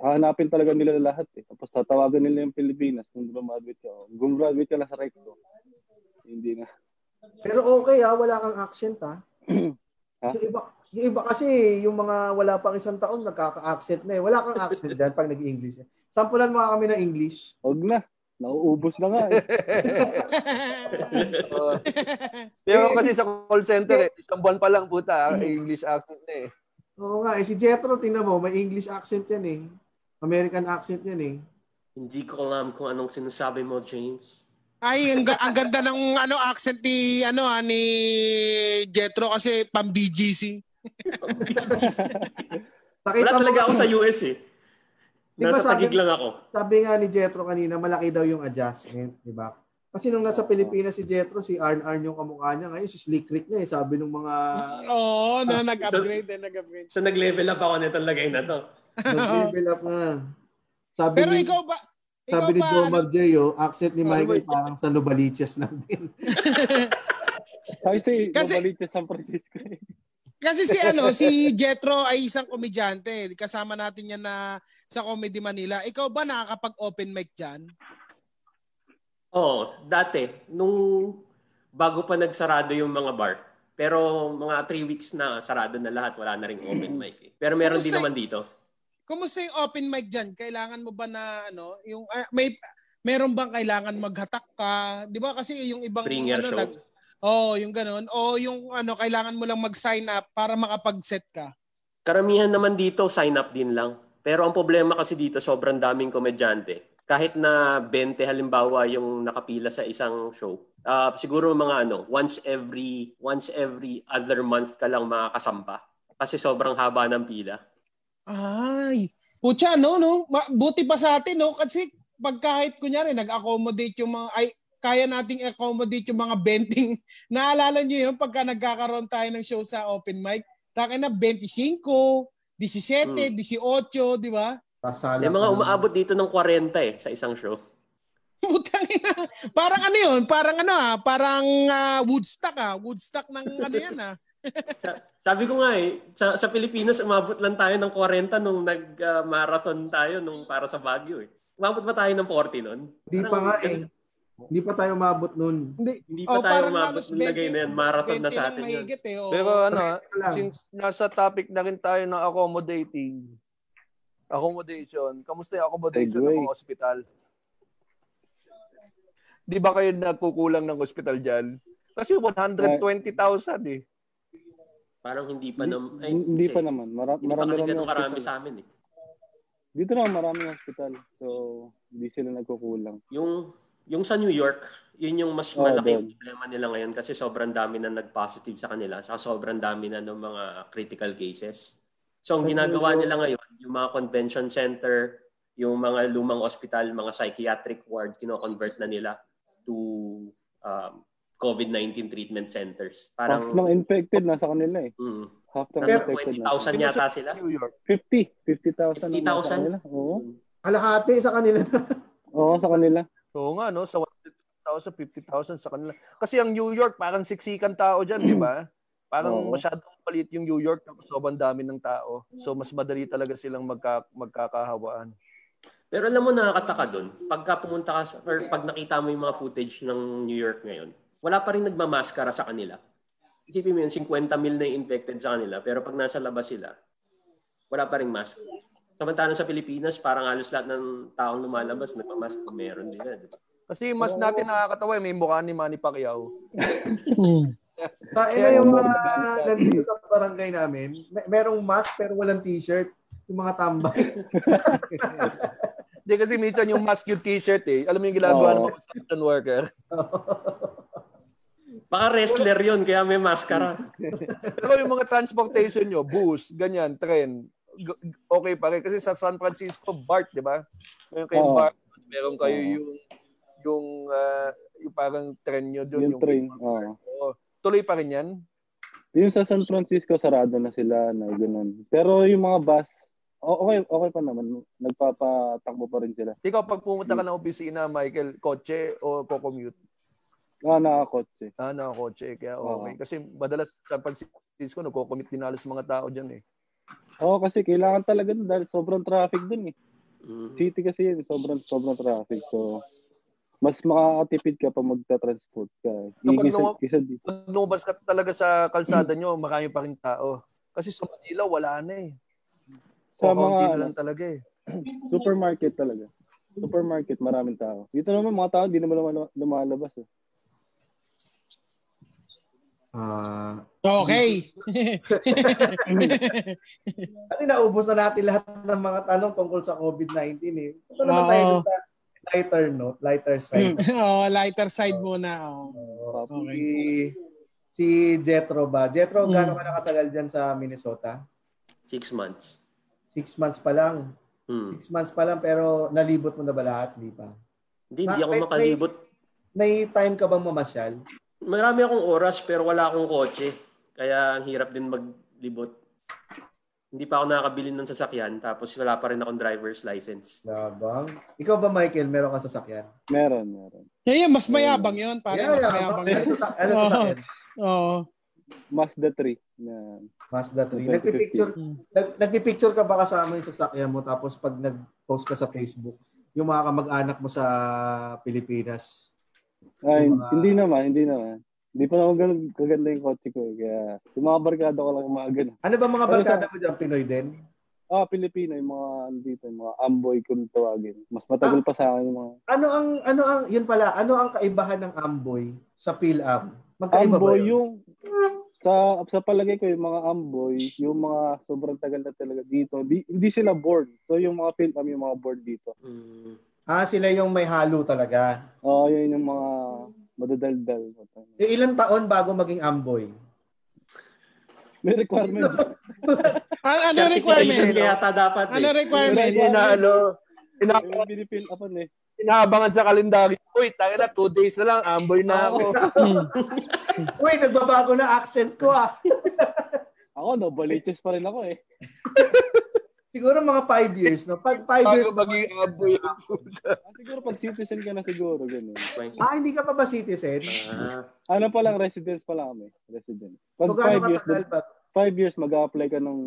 hahanapin talaga nila lahat eh. Tapos tatawagan nila yung Pilipinas kung graduate ka. Gumraduate ka na sa recto. Hindi na.
Pero okay ha, wala kang accent ha.
Ha?
Yung iba, yung iba kasi, yung mga wala pang isang taon, nagkaka-accent na eh. Wala kang accent dyan pag nag-English. eh. Sampulan mo nga kami ng English.
Huwag na. Nauubos na nga eh.
Oo. Oh, Pero kasi sa call center, eh, isang buwan pa lang puta, English accent na eh.
Oo nga, eh, si Jetro, tingnan mo, may English accent yan eh. American accent yan eh.
Hindi ko alam kung anong sinasabi mo, James.
Ay, ang, ga- ang ganda ng ano accent ni ano ah, ni Jetro kasi pang BGC.
Wala
Nakita mo,
talaga ako sa US eh.
Di ba
Nasa
sabi-
tagig lang ako.
sabi nga ni Jetro kanina, malaki daw yung adjustment, di ba? Kasi nung nasa Pilipinas si Jetro, si Arn Arn yung kamukha niya. Ngayon, si Slick Rick na eh, sabi ng mga...
Oo,
Ah.
na nag-upgrade na nag-upgrade.
So nag-level up ako nitong lagay na to.
Nag-level up na. Sabi
Pero
ni-
ikaw ba ikaw
Sabi ni
ba
Joe
ano,
Margerio, accent ni Michael
wait.
parang sa Lubaliches namin.
Kasi,
Kasi-
kasi nabalik sa San Francisco eh.
Kasi si ano, si Jetro ay isang komedyante. Kasama natin yan na sa Comedy Manila. Ikaw ba nakakapag-open mic diyan?
Oo, dati. Nung bago pa nagsarado yung mga bar. Pero mga three weeks na sarado na lahat. Wala na rin open mic. eh. Pero meron din
Kumusta-
naman dito.
Kumusta yung open mic diyan? Kailangan mo ba na ano, yung ah, may meron bang kailangan maghatak ka? 'Di ba kasi yung ibang
Stringer
ano
show.
nag- Oh, yung ganun. O yung ano, kailangan mo lang mag-sign up para makapag-set ka.
Karamihan naman dito, sign up din lang. Pero ang problema kasi dito, sobrang daming komedyante. kahit na 20 halimbawa yung nakapila sa isang show, ah, siguro mga ano, once every once every other month ka lang makakasamba kasi sobrang haba ng pila.
Ay. Pucha, no, no. Ma- Buti pa sa atin, no? Kasi pag kahit kunyari, nag-accommodate yung mga, ay, kaya nating accommodate yung mga benting. Naalala niyo yun pagka nagkakaroon tayo ng show sa open mic? Taka na 25, 17, 18, di ba?
Sasala
May
ka
mga
na.
umaabot dito ng 40 eh sa isang show.
Putang ina. Parang ano yun? Parang ano ah? Parang ah, Woodstock ah. Woodstock ng ano yan ah.
Sa- sabi ko nga eh, sa, sa Pilipinas umabot lang tayo ng 40 nung nag-marathon tayo nung para sa Baguio eh. Umabot ba tayo ng 40 nun?
Hindi pa
Parang-
nga eh. Hindi pa tayo mabot nun.
Hindi,
Hindi
Oh,
pa tayo
parang
umabot
halos
ng lagay
20
na yan. Marathon
20
na sa
lang
atin yun.
mahigit eh. oo.
Pero ano, ah,
Correct lang.
since nasa topic na rin tayo ng accommodating, accommodation, kamusta yung accommodation ng
Segue.
mga ospital? Di ba kayo nagkukulang ng ospital dyan? Kasi 120,000 eh.
Parang hindi pa naman. Ay,
hindi
kasi
pa naman. Mara-
Hindi pa
marami
kasi
rami
ganun karami
hospital.
sa amin eh.
Dito na marami hospital. So, hindi sila nagkukulang.
Yung, yung sa New York, yun yung mas
Oo,
malaking
doon.
problema nila ngayon kasi sobrang dami na nag-positive sa kanila saka sobrang dami na ng mga critical cases. So, ang
Sa
ginagawa
New York-
nila ngayon, yung mga convention center, yung mga lumang ospital, mga psychiatric ward, kino-convert na nila to um, COVID-19 treatment centers.
Half
Parang,
ng infected nasa kanila eh.
mm,
Half ng
nasa
infected na.
20,000 yata sila.
New York.
50. 50,000 ang nasa
50,000?
kanila. Oo.
Kalahati sa kanila na.
Oo, sa kanila.
Oo nga, no? Sa 150,000, 50,000 sa kanila. Kasi ang New York, parang siksikan tao dyan, di ba? Parang
Oo.
masyadong palit yung New York tapos sobrang dami ng tao. So, mas madali talaga silang magka, magkakahawaan.
Pero alam mo nakakataka doon, pagka pumunta ka sa- or pag nakita mo yung mga footage ng New York ngayon, wala pa rin nagmamaskara sa kanila. Isipin mo yun, 50 mil na yung infected sa kanila, pero pag nasa labas sila, wala pa rin mask. Samantala sa Pilipinas, parang halos lahat ng taong lumalabas, nagmamask kung meron nila. di ba?
Kasi mas natin nakakatawa, eh, may mukha ni Manny Pacquiao.
Kaya
Kaya
yung
yung
eh, mga
mga-
nandito sa barangay namin, may, merong mask pero walang t-shirt. Yung mga tambay.
Hindi kasi minsan yung mask yung t-shirt eh. Alam mo yung ginagawa ng mga construction worker.
Baka wrestler yun, kaya may maskara.
Pero yung mga transportation nyo, bus, ganyan, tren, g- g- okay pa rin. Kasi sa San Francisco, BART, di ba? Meron kayong
Oo.
BART, meron kayo
Oo.
yung yung, ah, yung parang tren nyo doon.
Yung train. Oo.
Oo. tuloy pa rin yan.
Yung sa San Francisco, sarado na sila na ganun. Pero yung mga bus, o- okay, okay pa naman. Nagpapatakbo pa rin sila.
Ikaw, pag pumunta ka ng opisina, Michael, kotse o co-commute?
Ah, nakakotse.
Ah, na kotse. Kaya okay.
Oo.
Kasi madalas sa San Francisco, nagko-commute din halos mga tao dyan eh.
Oo, kasi kailangan talaga nun dahil sobrang traffic dun eh.
Mm.
City kasi yun, sobrang, sobrang traffic. So, mas makakatipid ka pa magta-transport ka.
So,
eh.
pag
Yung isa,
lumab-
isa di-
Pag lumabas ka talaga sa kalsada nyo, marami pa rin tao. Kasi sa Manila, wala na eh. O,
sa
konti na
mga ano,
lang talaga eh.
supermarket talaga. Supermarket, maraming tao. Dito naman mga tao, di naman lumala- lumalabas. Eh.
Ah,
Okay.
Kasi naubos na natin lahat ng mga tanong tungkol sa COVID-19 eh. Ito naman
Oo.
tayo dun sa lighter note, lighter side.
oh, lighter side muna. Oh.
Oo.
Okay.
Si, si Jetro ba? Jetro,
Mm.
gaano ka nakatagal dyan sa Minnesota?
Six months.
Six months pa lang.
Mm.
Six months pa lang pero nalibot mo na ba lahat? Di pa.
Hindi,
Ma-
hindi ako
may- may-
makalibot.
May time ka bang mamasyal?
Marami akong oras pero wala akong kotse. Kaya ang hirap din maglibot. Hindi pa ako nakakabili ng sasakyan tapos wala pa rin akong driver's license.
Labang. Ikaw ba, Michael? Meron ka sasakyan?
Meron, meron.
Yeah, yeah, mas mayabang yun. Pare, mas mayabang yun.
Ano sa- ano sasakyan?
Oo.
Mazda 3 na
Mazda 3. Nagpipicture, nag, nagpipicture ka ba kasama yung sasakyan mo tapos pag nag-post ka sa Facebook, yung mga kamag-anak mo sa Pilipinas.
Ay,
Yung mga-
hindi naman, hindi naman. Hindi pa naman ganun kaganda yung kotse ko. eh. Kaya yung mga barkada ko lang yung mga ganun.
Ano ba mga
Pero
barkada mo dyan? Pinoy din?
Ah, Pilipino, yung mga ano dito, yung mga amboy kung tawagin. Mas matagal pa sa akin yung mga
Ano ang, ano ang, yun pala, ano ang kaibahan ng amboy sa PhilAm? Magkaiba ba
amboy
yun?
yung sa sa palagay ko yung mga amboy, yung mga um, sobrang tagal na talaga dito, di, hindi sila bored. So yung mga film yung mga bored dito.
Mm.
Ha, Ah, sila yung may halo talaga.
Oo, Ah, yun yung mga madadaldal.
E, ilang taon bago maging amboy?
May requirement.
Ano, ano
Certification
requirements?
kaya yata dapat
Ano
eh.
requirements?
Yun na ano, ina-
Yung pinipil upan eh.
inaabangan sa kalendaryo. Uy, tayo na, two days na lang, amboy na ako.
Hmm.
Uy, nagbabago na accent ko ah.
Ako, no, baliches pa rin ako eh.
Siguro mga five years. No? Pag five
Bago
years,
maging amboy.
Ah, siguro pag citizen ka na siguro, ganun.
ah, hindi ka pa ba citizen?
Ah,
Ano pa lang, residence pa lang kami. Resident. Pag
So, gaano
five years,
katagal ba?
five years mag-a-apply ka ng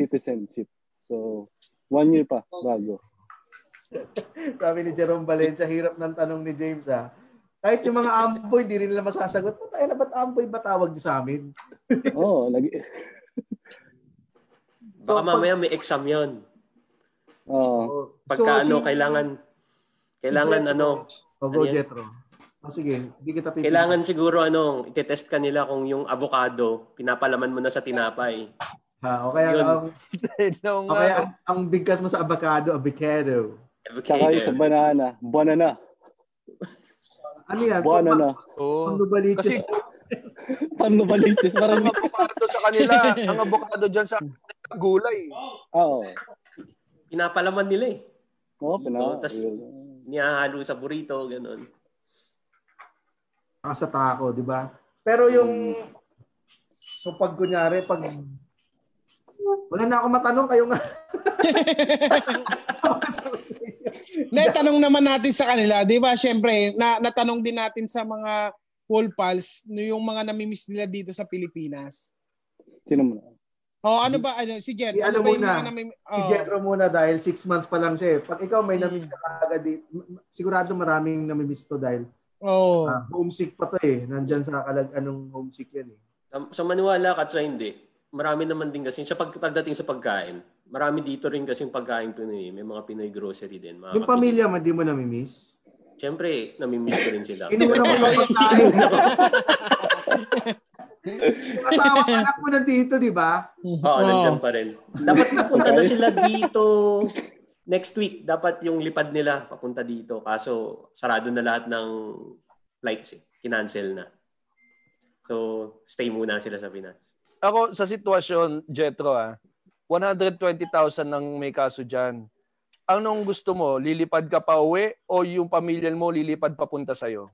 citizenship. So, one year pa bago.
Sabi ni Jerome Valencia, hirap ng tanong ni James ah. Kahit yung mga amboy, hindi rin nila masasagot. Patay na ba't amboy ba tawag niyo sa amin?
Oo, lagi.
So,
baka
pag-
mamaya may exam yun.
Oo.
So,
Pagka ano,
si-
kailangan, kailangan
Jetro-
ano,
O Oh, go,
ano yan?
Jetro. O sige, hindi kita pipili.
kailangan siguro ano, itetest ka nila kung yung avocado, pinapalaman mo na sa tinapay.
Ha, Ah, o kaya,
Yun.
ang,
Nung,
o kaya ang, ang bigkas mo sa avocado, avocado.
Tsaka yung
Avocado.
sa banana. Banana.
Ano yan?
Banana.
Oo.
Panglubaliche.
Kasi
Paano baliches? Parang,
ang abokado sa kanila, ang abokado dyan sa gulay.
oo.
Pinapalaman nila eh.
Oo, pina.
Oo, tas- Nihahalo sa burrito, ganun.
Saka sa taco, di ba? Pero yung so pag kunyari pag wala na ako matanong kayo nga.
Hindi, tanong naman natin sa kanila, di ba? Siyempre, na, natanong din natin sa mga pool pals no, yung mga namimiss nila dito sa Pilipinas.
Sino mo na?
O ano ba, ano, si Jet,
Di,
ano
ano
ba yung
Hmm. muna,
mga oh. namimiss?
si Jetro muna dahil six months pa lang siya. eh. Pag ikaw may namiss ka agad dito, sigurado maraming namimiss to dahil
Oh,
ah, homesick pa to eh. Nandyan sa kalag anong homesick yan eh.
Sa- Sa maniwala ka at sa hindi, marami naman din kasi sa pag, pagdating sa pagkain, marami dito rin kasi yung pagkain Pinoy. May mga Pinoy grocery din. Mga
Yung
kapit-
pamilya mo, di mo namimiss?
Siyempre, namimiss ko rin sila.
Inuuna mo yung pagkain. Yung Asawa ka anak mo nandito, di ba?
Mm-hmm.
Oo, oh, nandiyan pa rin. Dapat mapunta na sila dito next week. Dapat yung lipad nila papunta dito. Kaso, sarado na lahat ng flights. Eh. Kinancel na. So, stay muna sila sa Pinas.
Ako, sa sitwasyon, Jetro, ah, 120,000 ng may kaso dyan. Anong gusto mo? Lilipad ka pa uwi o yung pamilya mo lilipad papunta sa'yo?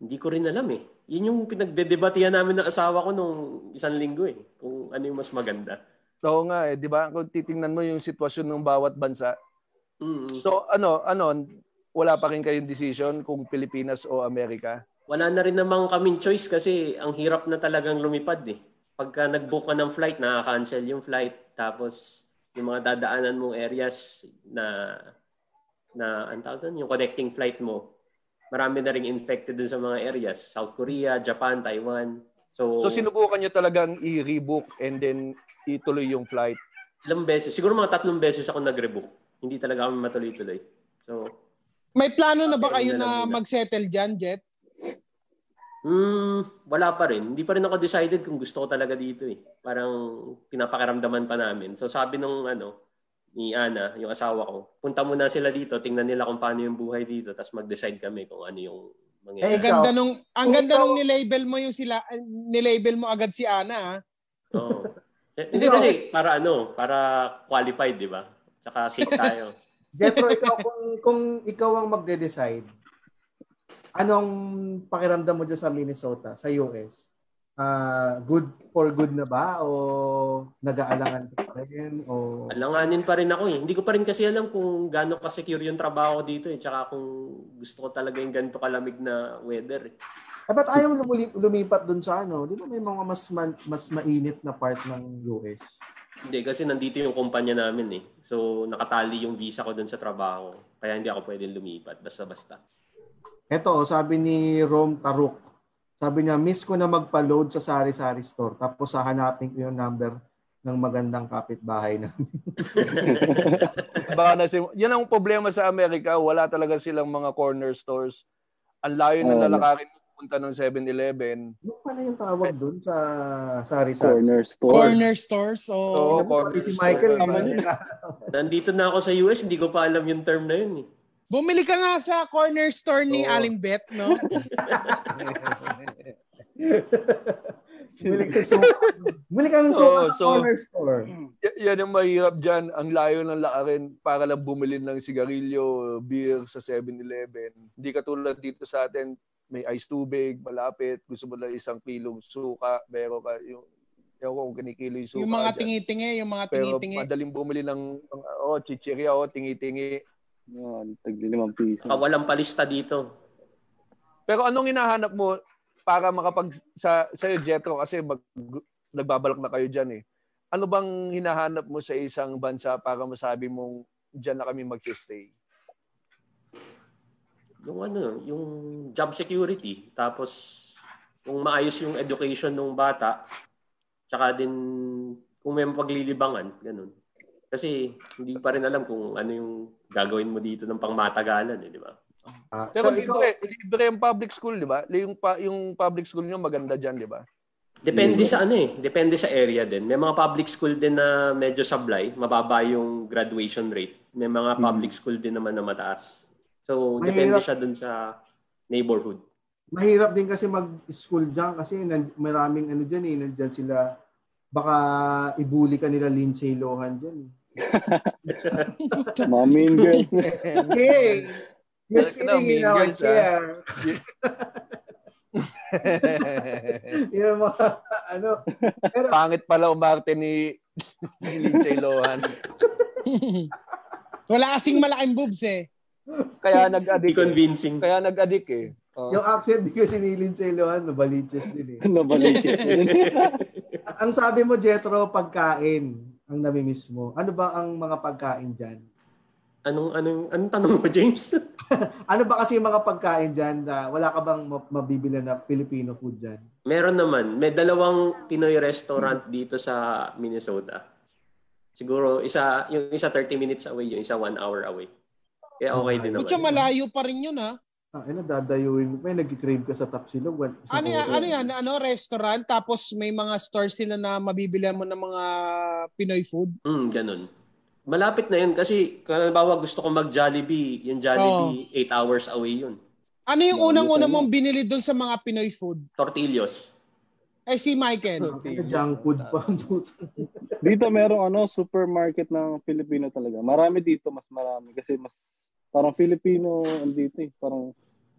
Hindi ko rin alam eh. Yun yung pinagdedebatihan namin ng asawa ko nung isang linggo eh. Kung ano yung mas maganda.
Oo nga eh, di ba? Kung titingnan mo yung sitwasyon ng bawat bansa.
Mm-mm.
So ano, ano, wala pa rin kayong decision kung Pilipinas o Amerika?
Wala na rin naman kaming choice kasi ang hirap na talagang lumipad eh. Pagka nag-book ka ng flight, nakaka-cancel yung flight. Tapos yung mga dadaanan mong areas na na ang tawag doon, yung connecting flight mo, marami na rin infected dun sa mga areas. South Korea, Japan, Taiwan. So,
So sinubukan nyo talagang i-rebook and then ituloy yung flight.
ilang beses, siguro mga tatlong beses ako nag-rebook. Hindi talaga kami matuloy-tuloy. So,
may plano na ba
Okay,
kayo
yun na lang
na
muna.
mag-settle dyan, Jet?
Mm, wala pa rin. Hindi pa rin ako decided kung gusto ko talaga dito eh. Parang pinapakiramdaman pa namin. So sabi nung ano, ni Ana, yung asawa ko, punta muna sila dito, tingnan nila kung paano yung buhay dito, tapos mag-decide kami kung ano yung
Ang
mangyayari.
Ikaw.
ganda nung ang
Kung
ganda
ikaw-
nung nilabel mo yung sila eh, nilabel mo agad si Ana. ah.
Oo. Eh, Hindi kasi para ano, para qualified, di ba? Tsaka safe tayo.
Jethro, ikaw, kung, kung ikaw ang magde-decide, anong pakiramdam mo dyan sa Minnesota, sa US? Ah, good for good na ba? O nag-aalangan ka pa rin? O...
Alanganin pa rin ako eh. Hindi ko pa rin kasi alam kung gaano ka-secure yung trabaho ko dito eh. Tsaka kung gusto ko talaga yung ganito kalamig na weather eh.
Eh, ba't ayaw lumuli- lumipat dun sa ano? Di ba may mga mas, man- mas mainit na part ng US?
Hindi, kasi nandito yung kumpanya namin eh. So, nakatali yung visa ko dun sa trabaho. Kaya hindi ako pwedeng lumipat. Basta-basta.
Eto, sabi ni Rome Taruk. Sabi niya, miss ko na magpa-load sa sari-sari store. Tapos hahanapin ko yung number ng magandang kapitbahay na.
Baka nasim- yan ang problema sa Amerika, wala talaga silang mga corner stores. Ang layo ng
Oo.
lalakarin punta ng 7-Eleven.
Ano pala yung tawag dun sa sari-sari store?
Corner store.
Corner stores oh. o
Oo,
Alam mo,
corner
si
store.
Michael
Parang-
naman yun. ah.
Nandito na ako sa US, hindi ko pa alam yung term na yun eh.
Bumili ka nga sa corner store ni
Oo.
Aling Bet, no?
Bumili ka sa Bumili ka ng
Oo,
suka sa
so-
corner store.
Y- yan ang mahirap dyan. Ang layo ng lakarin para lang bumili ng sigarilyo, beer sa 7-Eleven. Hindi katulad dito sa atin, may ice tubig, malapit. Gusto mo lang isang kilong suka, meron ka yung Ewan ko kung kinikilo yung suka.
Yung mga
dyan.
tingi-tingi, yung mga
Pero
tingi-tingi.
madaling bumili ng oh, chichirya o tingi-tingi.
Yan, taglilimang piso.
Baka Ah, walang palista dito.
Pero anong hinahanap mo para makapag sa sa'yo Jetro kasi mag, nagbabalak na kayo diyan eh. Ano bang hinahanap mo sa isang bansa para masabi mong diyan na kami mag-stay?
Yung ano, yung job security. Tapos, kung maayos yung education ng bata, tsaka din kung may mapaglilibangan, ganun. Kasi hindi pa rin alam kung ano yung gagawin mo dito ng pangmatagalan, eh, di ba?
Ah,
Pero
so, ikaw,
libre, libre ang public school, di ba? Yung pa- yung public school niyo maganda diyan, di ba?
Depende sa ano eh, depende sa area din. May mga public school din na medyo sablay, mababa yung graduation rate. May mga public school din naman na mataas. So,
Mahirap.
depende siya dun sa neighborhood.
mahirap din kasi mag-school dyan kasi nan- maraming ano dyan eh, nandyan sila baka ibuli ka nila Lindsay Lohan dyan. eh.
Mga mean girls na.
Hey! You're
Talaga na,
sitting in
mean
our
girls, ah.
chair. Yung mga ano. Pero
Pangit pala umarte ni ni Lindsay Lohan.
Wala kasing malaking boobs eh.
Kaya nag-addict. eh.
Convincing.
Kaya nag-addict eh. Oh.
yung accent din kasi ni Lindsay Lohan, nabaliches din eh.
Nabaliches na yun.
Ang sabi mo, Jetro, pagkain ang namimiss mo. Ano ba ang mga pagkain dyan?
Anong anong anong tanong mo, James?
Ano ba kasi yung mga pagkain dyan na wala ka bang ma- mabibili na Filipino food dyan?
Meron naman, may dalawang Pinoy restaurant dito sa Minnesota. Siguro isa yung isa 30 minutes away, yung isa 1 hour away. Kaya okay din
Kutsa
naman.
malayo pa rin yun ha.
Ah, ano, dadayuin mo. May nag-crave ka sa Tapsilog. wal- Sa
Ano, yan,
Toro.
ano yan? Ano, restaurant? Tapos may mga store sila na mabibili mo ng mga Pinoy food?
Mm, ganun. Malapit na yun kasi kung halimbawa gusto ko mag Jollibee, yung Jollibee
Oh.
8 hours away yun.
Ano yung
Lalo
unang-una
tayo.
mong binili doon sa mga Pinoy food?
Tortillos.
Eh si Michael.
Ang ganda, junk food pa.
Dito merong ano, supermarket ng Pilipino talaga. Marami dito, mas marami. Kasi mas, parang Filipino, andito eh. Parang,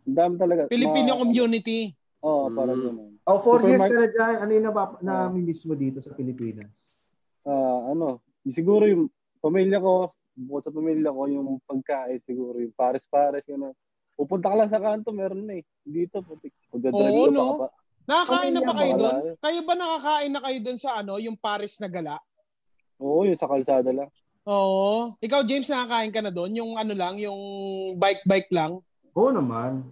ang dami talaga.
Filipino
Ma-
community.
Oo, parang
Mm.
ganun.
oh, four years ka
Supermarket. Oh.
na dyan. Ano yung napa- namimiss mo dito sa Pilipinas?
Ah, ano, siguro yung pamilya ko, bukod sa pamilya ko, yung pagkain siguro, yung pares-pares, yun. Pupunta ka lang sa kanto, meron na eh. Dito, putik. Pagdadrive
Oo,
ka
no?
pa,
Nakakain na ba
Pamilya
kayo
mo,
doon?
wala eh.
Kayo ba nakakain na kayo doon sa ano, yung Paris na gala?
Oo, yung sa kalsada lang.
Oo. Ikaw, James, nakakain ka na doon? Yung ano lang, yung bike-bike lang?
Oo naman.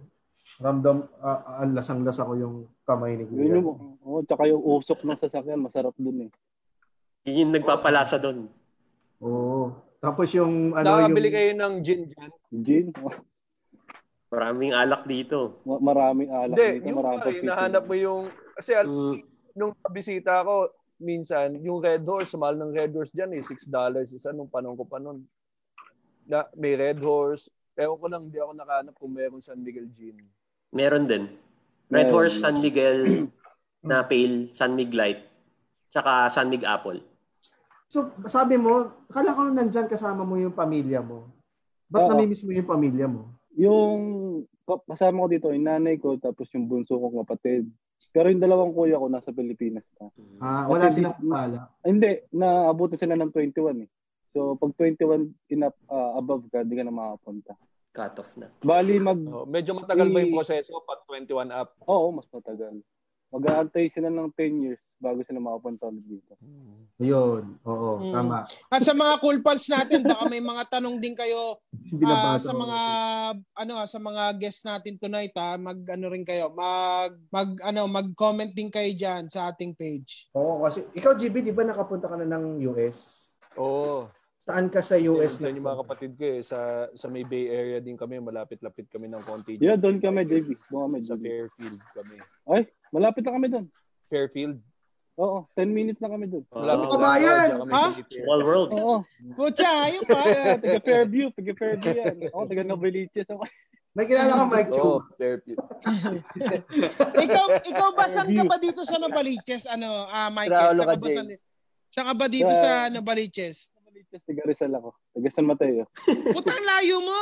Ramdam, ah, ah, lasang-lasa ko yung kamay ni
Yun
Kuya.
yung, oh, tsaka yung usok ng sasakyan, masarap dun eh.
Yun yung nagpapalasa doon.
Oo. Tapos yung ano
Nakabili
yung...
kayo ng gin dyan?
Gin,
Maraming alak dito.
ma- maraming alak
Hindi,
dito,
yung
maraming
pare,
pagpipilian.
hinahanap mo yung... Kasi al-
Mm,
nung bisita ko, minsan, yung Red Horse, mahal ng Red Horse dyan eh, $6 isa nung panahon ko pa nun. Na, may Red Horse. Ewan ko lang, hindi ako nakahanap kung meron San Miguel Gin.
meron din. Red
Meron.
Horse, San Miguel, na Pale, San Mig Light, tsaka San Mig Apple.
So, sabi mo, kala ko nandyan kasama mo yung pamilya mo. Ba't
Oo.
namimiss mo yung pamilya mo?
Yung ka- kasama ko dito, yung nanay ko, tapos yung bunso kong kapatid. Pero yung dalawang kuya ko nasa Pilipinas na.
Mm,
Ah, wala
Kasi
silang
di-
pala.
Ah, Hindi, naabot na sila ng 21 eh. So, pag 21 in up, ah, above ka, di ka na makapunta.
Cut off na.
Bali, mag...
Oh, medyo matagal ba
Eh,
yung proseso? Pag 21 up.
Oo, mas matagal. Mag-aantay sila ng 10 years bago sila makapunta ulit dito.
Ayun. Oo,
Mm.
tama.
At sa mga cool pals natin, baka may mga tanong din kayo ah, sa
Binabasa ko.
mga ano ah, sa mga guests natin tonight ha, mag ano rin kayo, mag mag ano, mag-comment din kayo diyan sa ating page.
Oo, kasi ikaw, GB, di ba nakapunta ka na ng US?
Oo.
Saan ka sa
Oh,
US?
yung mga kapatid ko eh. Sa, sa may Bay Area din kami, malapit-lapit kami ng konti.
Yeah,
dyan.
doon kami, JB. Doon kami,
Sa
JB.
Fairfield kami.
Malapit na kami doon.
Fairfield?
Oo, 10 minutes na kami doon.
Malapit
Oh,
lang ako,
kabayan!
diyan kami
Ha?
nakikita.
Small world.
Oo.
Pucha, ayun pa.
Kaya, taga Fairview, taga Fairview yan. Ako, taga Noveliches ako.
May kilala kang Mike
Oo,
Chu.
Fairfield.
ikaw, ikaw ba saan ka ba dito sa Novaliches? Ano, ah, Michael?
Traulo
Saan
ka,
ka ba, saan,
James.
saan ka ba dito sa Novaliches?
Noveliches, taga Rizal ako. Taga San Mateo.
Putang layo mo.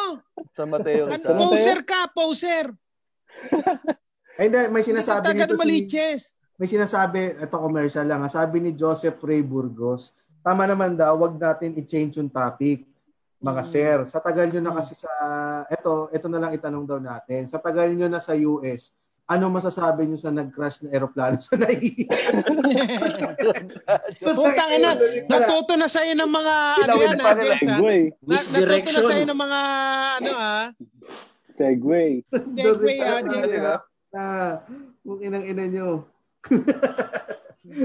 San Mateo
An-
Rizal.
Ano?
poser ka, poser.
Ay, hindi, may
Hindi ka
sinasabi
taga
nito si...
Novaliches.
may sinasabi, ito commercial lang, ha, sabi ni Joseph Ray Burgos, tama naman daw, wag natin i-change yung topic. Mga
Mm.
sir, sa tagal nyo na kasi sa, ito, ito na lang itanong daw natin. Sa tagal nyo na sa US, ano masasabi nyo sa nag-crash na aeroplano sa naiiyak?
Putang ina, natuto na sa'yo ng mga ano
Tinawid
yan,
pa
ah,
nila.
James, ah.
Segway.
Na, natuto na
Misdirection.
sa'yo ng mga ano ah.
Segway.
Segway ah, James. ah.
Ah, kung inang ina nyo.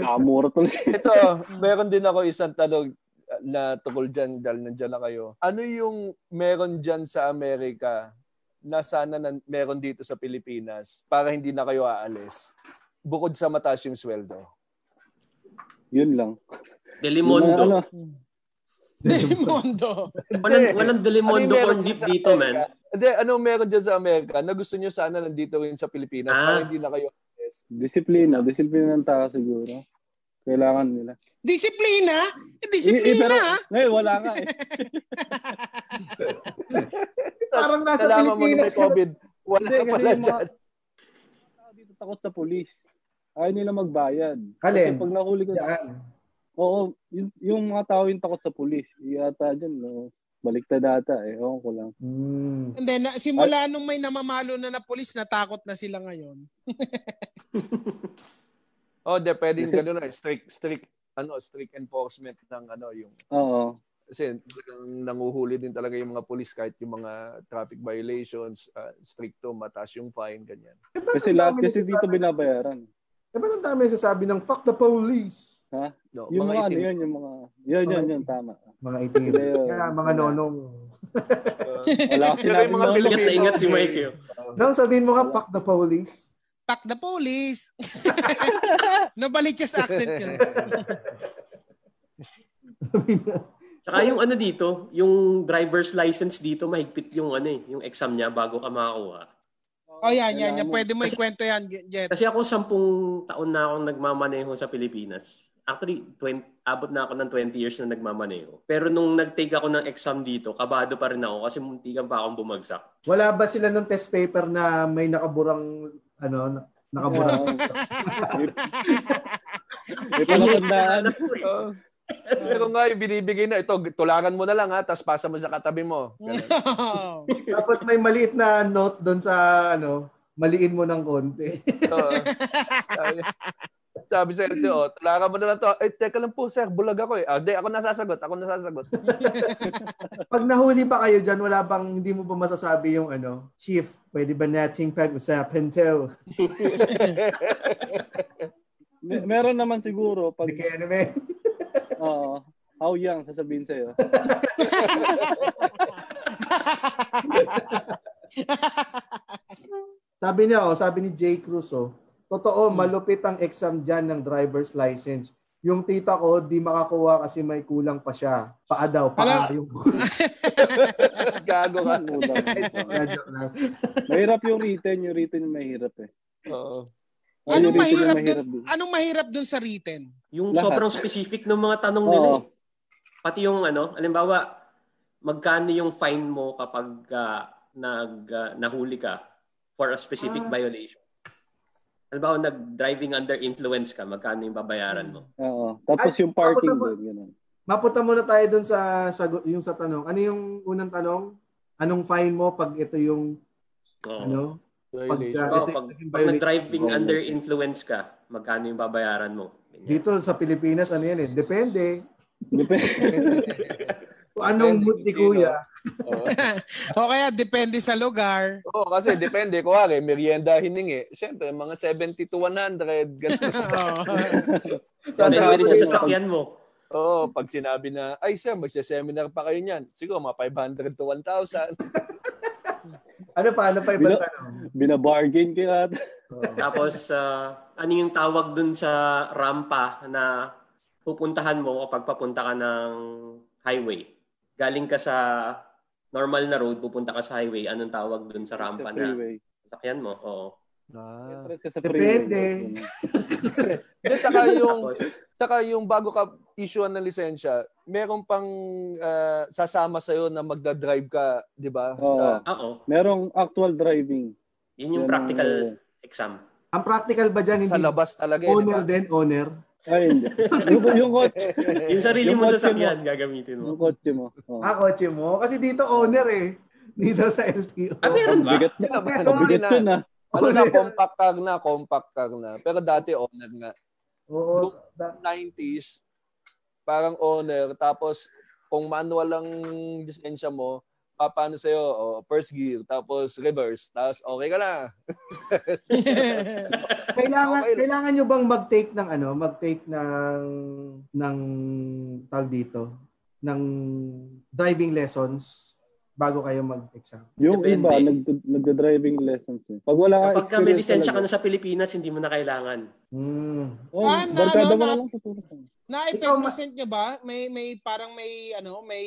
Amura tuloy.
Ito, meron din ako isang tanong ah, na tukol dyan dahil nandyan na kayo. Ano yung meron dyan sa Amerika na sana nan- meron dito sa Pilipinas para hindi na kayo aalis? Bukod sa mataas yung sweldo.
Yun lang. Yung
Delimondo.
mga ano,
Delimondo.
Walang, walang Delimondo
Ano yung meron
corn beef
sa
dito, man.
Amerika? Hindi, anong meron dyan sa Amerika na gusto nyo sana nandito rin sa Pilipinas
Ah.
para hindi na kayo aalis?
Disiplina. Disiplina ng tao siguro. Kailangan nila.
Disiplina? Eh,
Eh, eh,
Disiplina
pero,
ah.
ngayon, wala nga eh.
Parang nasa
Nalaman mo na
Pilipinas
may
ka na.
COVID. Wala
Hindi, kasi
pala
yung
dyan.
mga tao dito takot sa polis. Ayaw nila magbayad.
Eh.
Alin?
Kasi pag nahuli ka,
Yan.
oo, yung, yung mga tao yung takot sa polis. Yata dyan, no? baliktad ata eh. Ewan ko lang.
Mm.
And then, na- simula nung may namamalo na na pulis, natakot na sila ngayon.
Oh, de, pwede yung ganun eh. Strict, strict, ano, strict enforcement ng ano, yung
Oo.
kasi talagang nanguhuli din talaga yung mga police kahit yung mga traffic violations, uh, stricto, mataas yung fine, ganyan.
Eh, ba't ang
Kasi lahat
dami
kasi dito
nagsasabi-
binabayaran.
Eh, ba't ang dami nagsasabi ng fuck the police?
No,
Yung mga, ano
itim-
yun, yung mga, yun, yun, yun, tama.
Mga itim.
Hindi, oh.
Kaya mga nonong.
uh,
Wala kasi
Pero yung mga
sinabi
Ingat na
Pilipino,
ingat si Mikey. oh.
No, sabihin mo nga, fuck the police.
Fuck the police. Novaliches accent yun.
Tsaka yung ano dito, yung driver's license dito, mahigpit yung ano eh, yung exam niya bago ka makakuha.
Oh, yan, yan, yan.
Kailangan.
Pwede mo ikwento yan, Jet.
Kasi ako sampung taon na akong nagmamaneho sa Pilipinas. Actually, 20, abot na ako ng 20 years na nagmamaneho. Pero nung nag-take ako ng exam dito, kabado pa rin ako kasi muntikan pa akong bumagsak.
Wala ba sila ng test paper na may nakaburang, ano, na- nakaburang?
Oo. May
Kaya
palatandaan.
alam ko eh.
Oo. Pero nga, yung binibigay na, ito, tulangan mo na lang ha, tapos pasa mo sa katabi mo. Ganun.
Tapos may maliit na note doon sa, ano, maliin mo ng konti.
Oo. sabi, sabi sa ito, oh, tulangan mo na lang to. Eh, teka lang po, sir, bulag ako eh. Ah, di, ako nasasagot, ako nasasagot.
Pag nahuli pa kayo dyan, wala bang, hindi mo ba masasabi yung, ano, Chief, pwede ba nating pag-usapan to?
Mer- Meron naman siguro pag
Hindi ano, men.
Oo. How young, sasabihin sa'yo.
Sabi niya, oh, sabi ni Jay Cruz, oh, totoo, malupit ang exam dyan ng driver's license. Yung tita ko, di makakuha kasi may kulang pa siya. Paa daw, paa.
Ala.
Yung...
Gago ka.
Kulang.
Joke lang.
mahirap yung written. Yung written yung mahirap eh.
Oo.
Ay,
anong
yung written yung
mahirap dun?
din.
Anong mahirap dun sa written?
Yung
Lahat.
sobrang specific ng mga tanong
Oo.
nila eh. Pati yung ano, alimbawa, magkano yung fine mo kapag ah, nag ah, nahuli ka for a specific
Ah.
violation? Alimbawa, nag-driving under influence ka, magkano yung babayaran mo?
Oo. Tapos
Ay,
yung parking
tapos-
din. Ganun.
Mapunta muna tayo dun sa, sa yung sa tanong. Ano yung unang tanong? Anong fine mo pag ito yung
Oo.
ano? Pag,
Violation.
ito
Oo,
yung
pag, pag
violation.
nag-driving under influence ka, magkano yung babayaran mo? Ganyan.
Dito sa Pilipinas ano yan eh, depende.
Depende.
Kung anong
Depende
mood ni
kung sino.
kuya.
Oo.
o kaya depende sa lugar.
Oo, kasi depende. Kuwari, merienda hiningi. Siyempre, mga 70 to 100. Ganun.
Oo.
Depende rin
Sasabi-
sa sasakyan mo.
Oo, pag sinabi na, ay sir, magsa-seminar pa kayo niyan. Siguro mga 500 to 1,000.
Ano pa ano pa ibang
Bilo-
tanong?
Binabargain kayo lahat.
Tapos, ah, ano yung tawag dun sa rampa na pupuntahan mo kapag papunta ka ng highway? Galing ka sa normal na road, pupunta ka sa highway, anong tawag dun sa rampa na
Sa freeway.
sakyan mo? Oo.
Ah.
Stress ka sa
Depende.
freeway.
Hindi, saka Ah, yung,
Tapos,
saka yung bago ka issue ng lisensya, meron pang ah, sasama sa'yo na magdadrive ka, di ba?
Oo.
Sa,
ah, oo.
Merong actual driving.
Yun yung
Yan ang- ano.
practical exam.
Ang practical ba dyan,
sa
hindi
labas talaga. eh, di
owner
ba?
din, owner?
Ay, hindi. yung, yung kotse.
Yung sarili
Yung
mo
kotse
sa sakyan, gagamitin
Yung
mo.
kotse mo. Oo.
Ah, kotse mo? Kasi dito owner eh. Dito sa LTO.
Ah, meron ba?
Bigat na.
Yan naman,
Ano
Bigat ah.
na.
yun na.
Ano na,
Owner.
compact car na, compact car na. Pero dati owner nga.
Oo. Da-
90s, parang owner, tapos kung manual ang lisensya mo, papaano sa'yo, oh, first gear, tapos reverse, tapos okay ka na.
Kailangan
Okay lang.
kailangan nyo bang mag-take ng ano, mag-take ng ng tag dito ng driving lessons bago kayo mag-exam.
Yung
Depende.
iba, nag, nagda-driving lessons eh. Pag wala ka
Kapag ka may
experience
lisensya ka na
talaga.
sa Pilipinas, hindi mo na kailangan.
Hmm.
Oh,
Ah, na-
barkada
ano,
mo na
na-
lang tutulog ka.
Ikaw, ma-
Na-epektisent nyo ba? May, may, parang may, ano, may,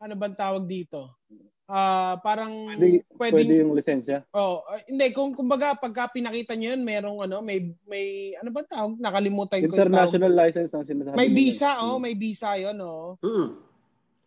ano bang tawag dito? Ah, parang
Pwede, pwede
pwedeng,
yung lisensya.
oh, ah, hindi, kung kumbaga pagka pinakita nyo yun, merong ano, may, may, ano bang tawag? Nakalimutan ko yung tawag.
International license ang sinasabi.
May
nila.
visa, oh, may visa yun, oh.
Hmm.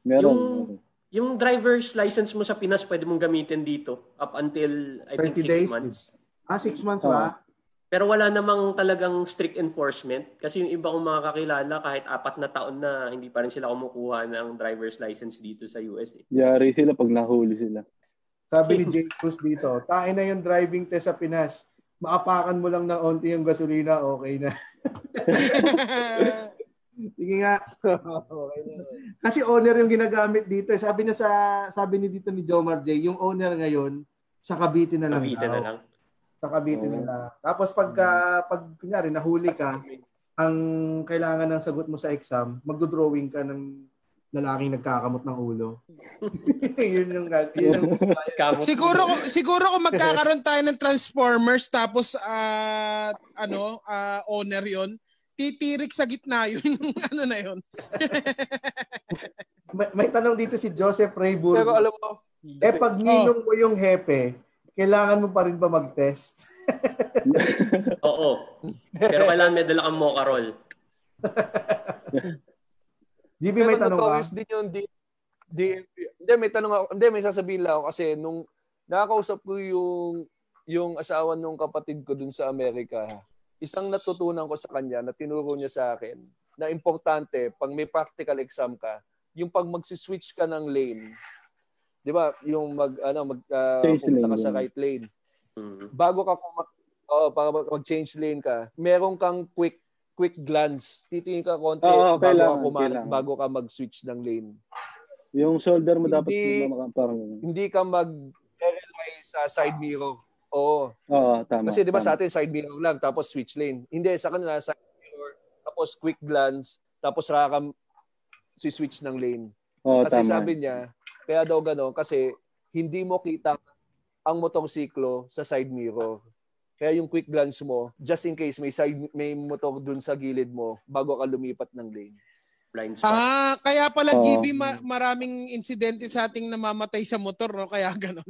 Meron.
Yung- Yung driver's license mo sa Pinas, pwede mong gamitin dito up until, I
30
think, six
days.
months.
Ah, six months
Oh.
Oo.
ba?
Pero wala namang talagang strict enforcement kasi yung iba kong mga kakilala kahit apat na taon na hindi pa rin sila kumukuha ng driver's license dito sa US. eh.
Yari sila pag nahuli sila.
Sabi ni Jake Cruz dito, tayo na yung driving test sa Pinas. Maapakan mo lang ng onti yung gasolina, okay na. Sige nga.
okay na.
Kasi owner yung ginagamit dito. eh. Sabi na sa sabi ni dito ni Jomar J, yung owner ngayon sa Cavite na lang.
Cavite na
daw.
lang. Oh. Hmm.
Sa Cavite na
Oo.
lang. Tapos pagka pag kunyari nahuli ka, ang kailangan ng sagot mo sa exam, magdo-drawing ka ng lalaking nagkakamot ng ulo. yun yung gag- yun yung
Kamot.
siguro siguro kung magkakaroon tayo ng Transformers tapos ah, ano, ah, owner 'yon, titirik sa gitna 'yun, ano na 'yon.
may, may tanong dito si Joseph Ray Burgos.
Pero alam Oh. mo,
eh pag ninong mo yung hepe, kailangan mo pa rin ba mag-test?
Oo. Pero kailangan may dala kang mocha roll.
GB
pero
may tanong ka?
notorious din yung D- DMV. Hindi, may tanong ako. Hindi, may sasabihin lang ako kasi nung nakakausap ko yung yung asawa nung kapatid ko dun sa Amerika, isang natutunan ko sa kanya na tinuro niya sa akin na importante pag may practical exam ka, yung pag magsiswitch ka ng lane, di ba, yung mag, ano, mag, ah,
Change
pumunta ka
lane,
sa
ganun.
right lane,
Mm.
bago ka kuma- oh, para mag- mag-change lane ka, meron kang quick quick glance. Titingin ka konti
Oo,
bago ka
kailangan,
kuma-
kailangan.
bago ka mag-switch ng lane.
Yung shoulder mo dapat
Hindi-
hindi maka- parang ganun.
Hindi ka mag sa side mirror. Oo.
Oo, tama.
Kasi 'di ba
tama.
sa atin side mirror lang tapos switch lane. Hindi sa kanila side mirror tapos quick glance tapos rakam si switch ng lane.
Oo,
Kasi
tama.
sabi niya, kaya daw gano'n kasi hindi mo kita ang motorsiklo sa side mirror. Kaya yung quick glance mo, just in case may side may motor dun sa gilid mo bago ka lumipat ng lane.
Blind spot.
Ah, kaya pala
Oo.
GB ma- maraming insidente sa ating namamatay sa motor, no? Kaya ganun.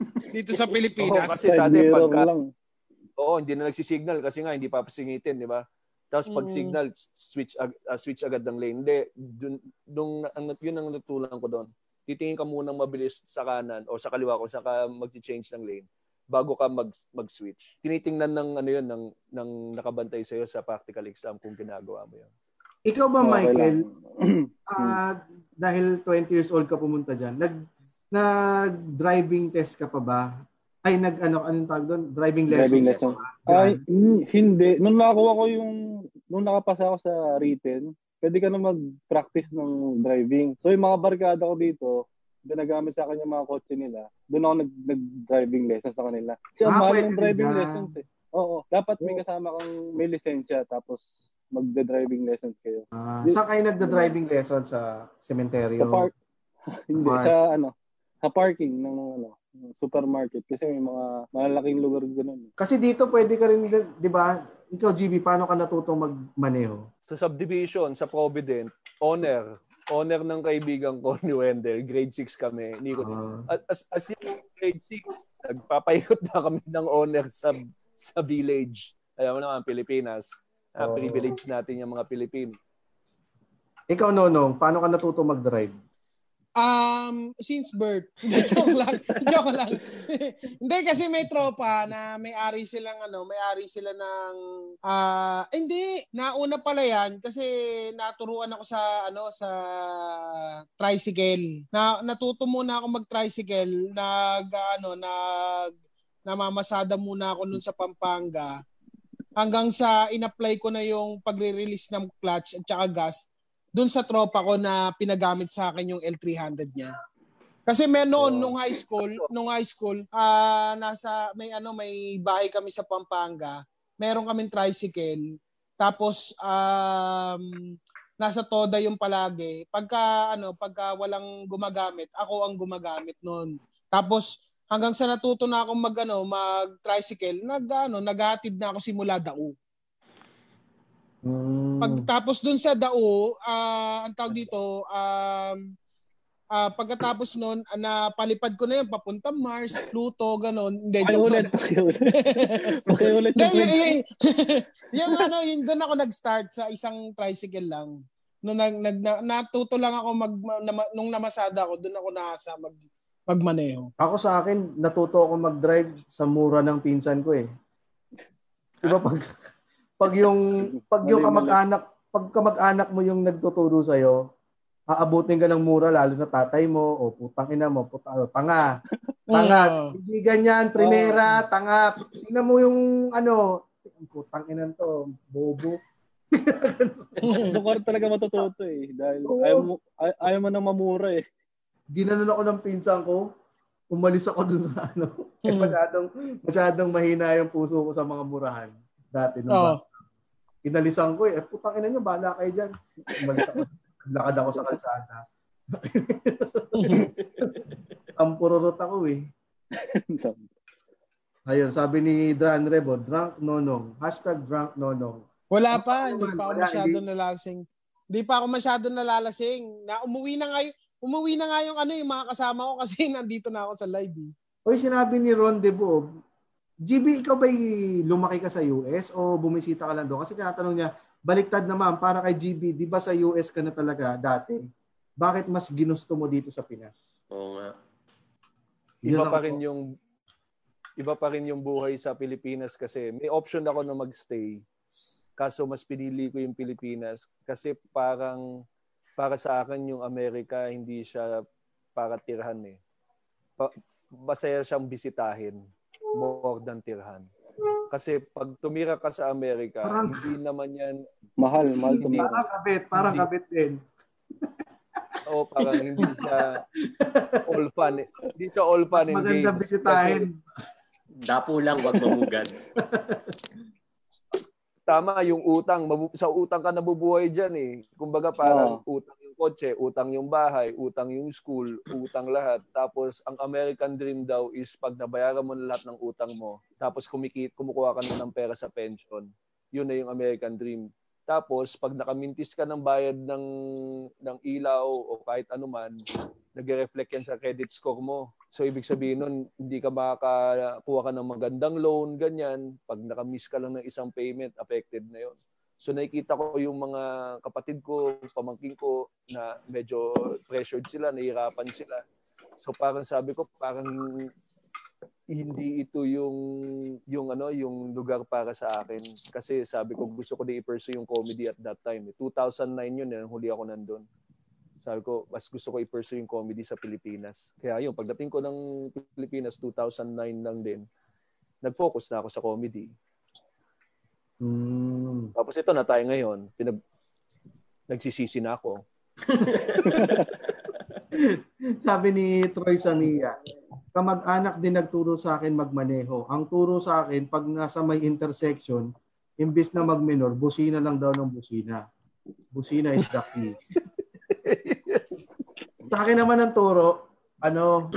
Dito sa Pilipinas.
Oo, kasi- sa
Side
atin,
mirror
pagka-
lang.
Oh,
Oo, hindi na nagsisignal kasi nga hindi papasingitin, di ba? Tapos pag
Mm.
signal, s- switch ag- ah, switch agad ng lane. Hindi, dun, dung, ang, yun ang natutunan ko doon. Titingin ka munang mabilis sa kanan o sa kaliwa kung saka mag-change ng lane bago ka mag mag-switch. Tinitingnan ng ano yun ng ng nakabantay sa sa practical exam kung ginagawa mo yun.
Ikaw ba,
Oo,
Michael,
kailangan. Hmm.
Ah, dahil 20 years old ka pumunta diyan. Nag nag-driving test ka pa ba? Ay nag ano anong tawag doon? Driving lessons.
Driving
ka
lesson.
pa ba dyan?
Ay, hin- hindi. Nung nakakuha ko yung, nung nakapasa ako sa written, pwede ka na mag-practice ng driving. So, yung mga barkada ko dito, ginagamit sa akin yung mga kotse nila. Doon ako nag- nag-driving lessons sa kanila. Kasi ang
Ah,
mahal
pwede
ng driving
rin na.
lessons eh. Oo, dapat may kasama kang may lisensya tapos magda-driving lessons kayo.
Ah, saan kayo nagda-driving lessons sa
Sa
cemetery?
park. hindi,
Park.
sa ano, sa parking ng ano, ng supermarket kasi may mga malalaking lugar ganun.
Kasi dito pwede ka rin, din- di ba? Ikaw, GB, paano ka natutong magmaneho?
Sa subdivision, sa Provident, honor. Honor ng kaibigan ko ni Wendell. Grade 6 kami. Hindi ko
Ah.
At- Uh, as, as in, grade 6, nagpapayot na kami ng owner sa sa village. Alam mo naman, Pilipinas. Ah,
Oo.
privilege natin yung mga Pilipino.
ikaw, Nonong, paano ka natutong mag-drive?
Um, since birth. Hindi, joke lang. joke lang. hindi kasi may tropa na may-ari silang ano, may-ari sila ng ah hindi, nauna pala yan kasi naturuan ako sa ano sa tricycle. Na natuto muna ako mag-tricycle, nag ano, nag namamasada muna ako nun sa Pampanga hanggang sa in-apply ko na yung pagre-release ng clutch at saka gas dun sa tropa ko na pinagamit sa akin yung L300 niya. Kasi may noon
Oh.
nung high school, nung high school, ah nasa may ano may bahay kami sa Pampanga. Meron kaming tricycle. Tapos um nasa toda yung palagi. Pagka ano, pagka walang gumagamit, ako ang gumagamit noon. Tapos hanggang sa natuto na akong mag ano, mag tricycle, nag ano, naghatid na ako simula dao.
Hmm.
Pagtapos dun sa dao, ah, ang tawag dito, um, ah, pagkatapos nun, ah, napalipad ko na yun, papunta Mars, Pluto, ganun. Hindi, joke
Pakiulit,
lang.
pakiulit. Pakiulit
Hindi,
yung
yun,
kwento.
yun, yung ano, yun doon ako nag-start sa isang tricycle lang. Nung nag, nag, na- natuto lang ako mag, ma- nama- nung namasada ako, doon ako nasa mag, magmaneho.
Ako sa akin, natuto ako mag-drive sa mura ng pinsan ko eh. Di ba pag, pag yung, pag yung
Mali, mali.
kamag-anak, pag kamag-anak mo yung nagtuturo sa'yo, aabutin ka ng mura lalo na tatay mo o putang ina mo, puta, o, tanga.
Mm.
Tanga, hindi ganyan, primera, tanga. Tingnan mo yung ano, ang putang ina to, bobo.
Doon ka rin talaga matututo eh. Dahil
Oo.
ayaw mo, ay- ayaw mo nang mamura eh.
Ginanon ako ng pinsan ko, umalis ako dun sa ano.
Mm.
Eh, masyadong, masyadong mahina yung puso ko sa mga murahan dati nung
Oo.
bata. Inalisan ko eh. Eh, Putang ina nyo, bahala kayo dyan. Umalis ako. Lakad ako sa kalsada. Tampururot ako eh. Ayun, sabi ni Dran Rebo, drunk nonong. Hashtag drunk nonong.
Wala
Ang
pa,
sakit
hindi
naman,
pa ako
wala,
masyado nalasing. Hindi pa ako masyado nalalasing. Na umuwi na nga yung, umuwi na nga yung ano yung mga kasama ko kasi nandito na ako sa live. Eh.
Oy, sinabi ni Ron Debo, GB, ikaw ba'y lumaki ka sa US o bumisita ka lang doon? Kasi tinatanong niya, baliktad naman, para kay GB, di ba sa US ka na talaga dati? Bakit mas ginusto mo dito sa Pinas?
Oo nga.
Yun
Iba
ang-
pa rin yung iba pa rin yung buhay sa Pilipinas kasi may option ako na magstay. Kaso mas pinili ko yung Pilipinas kasi parang para sa akin yung Amerika hindi siya para tirhan eh. Pa- masaya siyang bisitahin more than tirhan. Kasi pag tumira ka sa Amerika,
Parang-
hindi naman yan
Mahal, mahal
Hindi.
tumira.
Parang kabit, parang
Hindi.
kabit eh. din.
o oh, parang hindi siya all fun. eh. Hindi siya all fun
Mas
and
maganda
games.
bisitahin.
Kasi-
Dapo lang, wag mamugad.
tama yung utang mabu- sa utang ka nabubuhay diyan eh kumbaga parang utang yung kotse utang yung bahay utang yung school utang lahat tapos ang American dream daw is pag nabayaran mo na lahat ng utang mo tapos kumikit kumukuha ka na ng pera sa pension yun na yung American dream tapos pag nakamintis ka ng bayad ng ng ilaw o kahit anuman nagre-reflect yan sa credit score mo. So, ibig sabihin nun, hindi ka makakuha ka ng magandang loan, ganyan. Pag nakamiss ka lang ng isang payment, affected na yon. So, nakikita ko yung mga kapatid ko, pamangkin ko, na medyo pressured sila, nahihirapan sila. So, parang sabi ko, parang hindi ito yung yung ano yung lugar para sa akin kasi sabi ko gusto ko din i-pursue yung comedy at that time eh. 2009 yun eh huli ako nandun sabi ko, mas gusto ko i-pursue yung comedy sa Pilipinas. Kaya yun, pagdating ko ng Pilipinas, 2009 lang din, nag-focus na ako sa comedy.
Hmm.
Tapos ito na tayo ngayon, pinag nagsisisi na ako.
Sabi ni Troy Sania, kamag-anak din nagturo sa akin magmaneho. Ang turo sa akin, pag nasa may intersection, imbis na magminor, busina lang daw ng busina. Busina is the key. Sa akin naman ang turo, ano,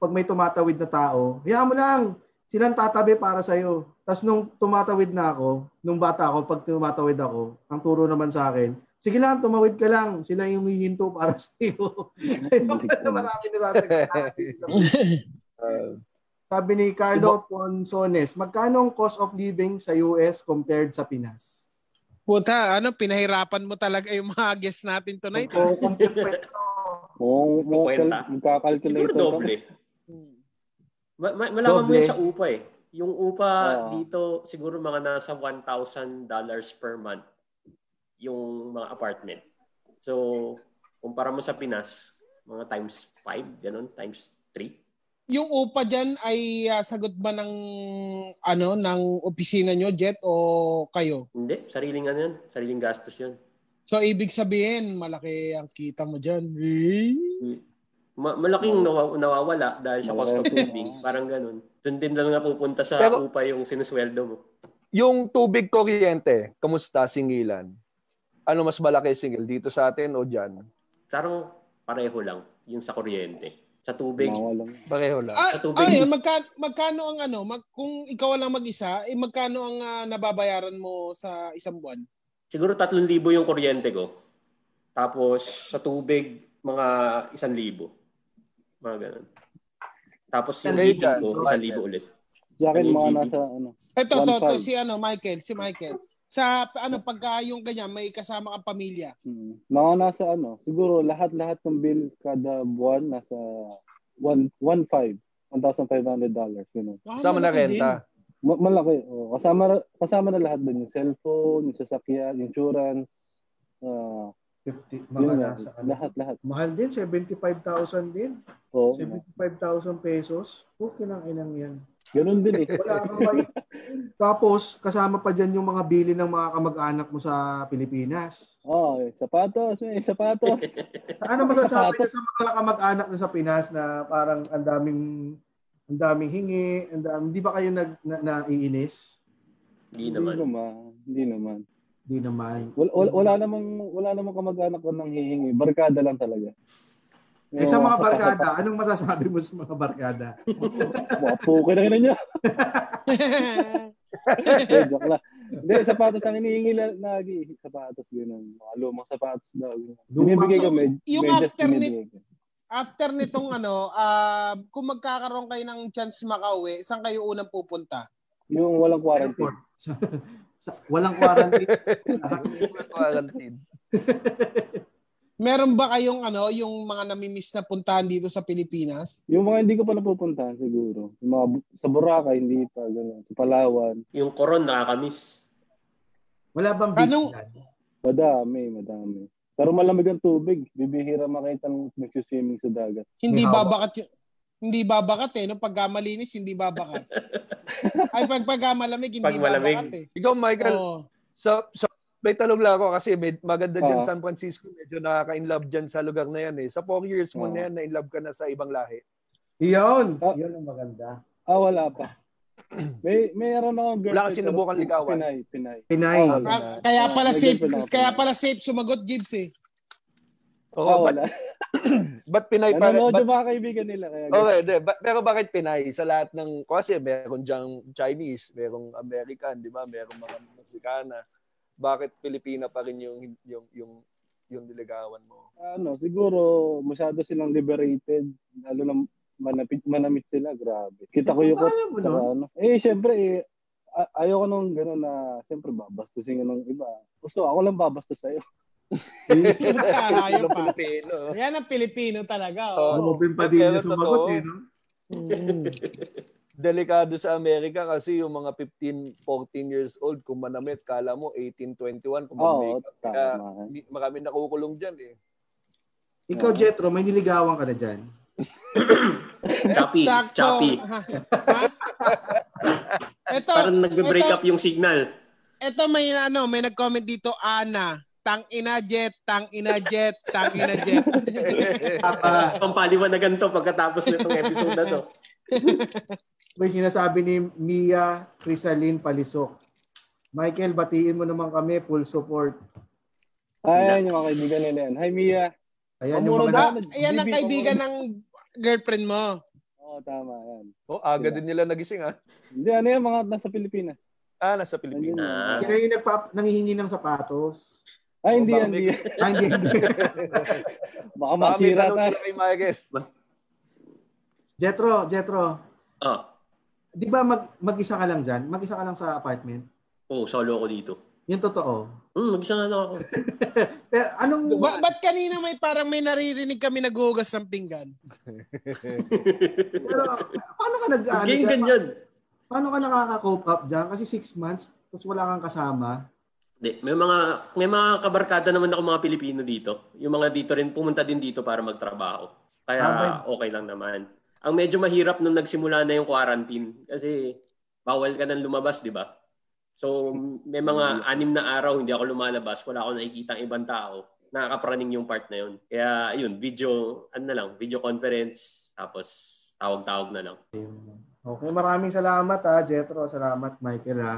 pag may tumatawid na tao, hayaan mo lang, silang tatabi para sa'yo. Tapos nung tumatawid na ako, nung bata ako, pag tumatawid ako, ang turo naman sa akin, sige lang, tumawid ka lang, sila yung hihinto para sa'yo. Kaya marami nasasagot.
Uh,
Sabi ni Carlo Ponsones, magkano ang cost of living sa US compared sa Pinas?
Puta, ano, pinahirapan mo talaga yung mga guests natin tonight.
O compute pa ito.
Oo, oh,
Kwenta. Siguro
magkakalculator ka.
doble. Ma- ma- malaman mo
Doble.
yun sa upa eh. Yung upa
Oo.
dito, siguro mga nasa $1,000 per month yung mga apartment. So, kumpara mo sa Pinas, mga times 5, ganun, times 3.
Yung upa dyan ay ah, sagot ba ng ano ng opisina nyo, Jet, o kayo?
Hindi, sariling ano yun, sariling gastos yun.
So, ibig sabihin, malaki ang kita mo dyan. Eh?
Ma- malaking nawa- nawawala dahil sa cost of
Malaki.
living, parang ganun. Doon din lang napupunta sa
Pero-
upa yung sinusweldo mo.
yung tubig kuryente, kamusta singilan? Ano mas malaki singil dito sa atin o diyan?
Parang pareho lang yung sa kuryente. Sa tubig,
Mga walang.
Pareho lang.
Ah,
Sa tubig.
ay, magka, magkano ang ano, mag, kung ikaw lang mag-isa, eh, magkano ang ah, nababayaran mo sa isang buwan?
siguro 3,000 yung kuryente ko. Tapos sa tubig, mga 1,000. Mga ganun. Tapos yung
Ngayon
heating
dyan,
ko,
Michael.
1,000 ulit.
Sa akin,
Ano yung
mga
GB?
nasa ano.
Ito, to, to,
1.5.
si ano, Michael, si Michael. Sa ano, pagka yung ganyan, may kasama kang pamilya.
Mm. Mga nasa ano. Siguro lahat-lahat ng bill kada buwan nasa 1.5. $1,500. dollars, Ganun.
Wow,
Kasama na
Ah, malaki din.
renta.
Ma- Malaki. Oh. Kasama, na- kasama na lahat doon. Yung cellphone, yung sasakyan, insurance. ah,
50, mga
yun nga.
nasa ano.
Lahat-lahat.
Mahal din, 75,000 din.
Oo.
75,000 pesos. Okay lang inang yan.
Ganun din eh.
Wala kang may- Tapos, kasama pa dyan yung mga bili ng mga kamag-anak mo sa Pilipinas.
Oh, sapatos, may sapatos.
Ano masasabi niya sa mga kamag-anak niya sa Pinas na parang ang daming ang daming hingi, ang daming, di ba kayo nag, na, naiinis?
Hindi naman.
Hindi naman. Hindi naman.
Di naman.
Wala, wala, wala namang wala namang kamag-anak ko nang hihingi. Barkada lang talaga.
Eh, sa mga barkada, anong masasabi mo sa mga barkada?
Mapukin na niya. Eh, joke lang. Hindi, sapatos ang hinihingi lang lagi. Sapatos, ganun. Mga lumang sapatos daw. ganun. Binibigay ko, med- eh.
Yung
medyas
after ni-
binibigay ko.
After nitong ano, ah, kung magkakaroon kayo ng chance makauwi, saan kayo unang pupunta?
Yung walang quarantine.
Airport. Sa, sa, walang quarantine.
Quarantine.
Meron ba kayong ano, yung mga namimiss na puntahan dito sa Pilipinas?
Yung mga hindi ko pa napupuntahan siguro. Yung mga bu- sa Boracay, hindi pa. Ganun. Sa Palawan,
Yung koron, nakakamiss.
Wala bang beach
Anong-
dyan?
madami, madami. Pero malamig ang tubig. Bibihira makita ng nagsiswimming sa dagat.
Hindi
May hawak.
babakat yung hindi babakat eh, no? Pagka malinis, hindi babakat. Ay, pag pagka malamig, hindi
Pag malamig.
babakat eh.
Ikaw, Michael,
Oo.
sa, sa may tanong lang ako kasi med, maganda dyan
Ah.
San Francisco. Medyo nakaka-inlove dyan sa lugar na yan eh. Sa four years mo
Ah.
na yan, na-inlove ka na sa ibang lahi.
Yun.
Ah.
Oh. Yun ang maganda.
Ah, wala pa. May mayroon akong girlfriend.
Wala kang sinubukan
pero
ligawan.
Pinay, Pinay.
Pinay.
Ah, wala.
Ah, kaya pala
Ah,
safe,
nag-girlfriend ako.
kaya pala safe sumagot Gibbs eh.
Oo,
Ah,
ba't,
wala. Ano,
ba't Pinay pa?
Nanonood
ba't-
yung mga kaibigan nila. Kaya
Okay, de, ba- pero bakit Pinay? Sa lahat ng, kasi meron dyang Chinese, merong American, di ba? Merong mga Mexicana. Bakit Pilipina pa rin yung, yung, yung, yung diligawan mo?
ano, siguro masyado silang liberated. Lalo na manapit, manamit sila. Grabe. Kita ko yung kot.
Alam mo
saka
no?
Ano. Eh, syempre eh, a- ayoko nung gano'n na syempre babastusin ka ng iba. Gusto, ako lang babastos sa'yo.
Puta, hayop pa.
Pilipino, Pilipino.
Yan ang Pilipino talaga.
Oo.
Oh.
Robin Padilla
Pero totoo.
sumagot eh, no?
Delikado sa Amerika kasi yung mga 15, 14 years old, kung manamit, kala mo 18, 21, kung
Oo,
mag-makeup. Kaya
tama.
mi- marami nakukulong dyan eh.
Ikaw, Jetro, may niligawan ka na dyan.
Choppy, choppy.
Sakto. Ha? Ha? Ito,
Parang nagbe-break
ito,
up yung signal.
Ito may ano, may nag-comment dito Ana, tang ina jet, tang ina jet, tang ina jet.
Papa,
Ang paliwanagan to pagkatapos nitong episode na to.
may sinasabi ni Mia Crisaline Palisok. Michael, batiin mo naman kami, full support.
Ayan yung mga kaibigan nila yan. Hi, Mia.
Ayan
Pamura
yung
daw.
mga...
ah, ayan ang kaibigan ng girlfriend mo.
Oo, tama yan.
Oh, aga din nila nagising ah.
Hindi, ano yan, mga nasa Pilipinas.
Ah, nasa Pilipinas.
Ah,
Sila yung nagpa- nangihingi ng sapatos.
Ay, hindi
Oh,
yan, hindi yan.
Ah, hindi, hindi.
Baka
Baka may
masira
tanong
tayo.
sila kay Michael.
Jetro, Jetro,
ah,
di ba mag, mag-isa ka lang dyan? Mag-isa ka lang sa apartment?
oh, solo ako dito.
Yung totoo.
Hmm, mag-isa nga lang ako.
Pero anong...
Ba- ba't kanina may parang may naririnig kami naghuhugas ng pinggan?
Pero, paano ka nag... ano,
Game
dyan?
ganyan.
paano ka nakaka-cope up dyan? Kasi six months, tapos wala kang kasama.
Hindi, may mga may mga kabarkada naman ako mga Pilipino dito. Yung mga dito rin pumunta din dito para magtrabaho. Kaya okay lang naman. Ang medyo mahirap nung nagsimula na yung quarantine kasi bawal ka nang lumabas, di ba? So may mga anim na araw hindi ako lumalabas, wala akong nakikita ang ibang tao. Nakakapraning yung part na yun. Kaya yun, video, ano na lang, video conference, tapos tawag-tawag na lang.
Ayun. Okay, maraming salamat ha, Jetro. Salamat, Michael ha.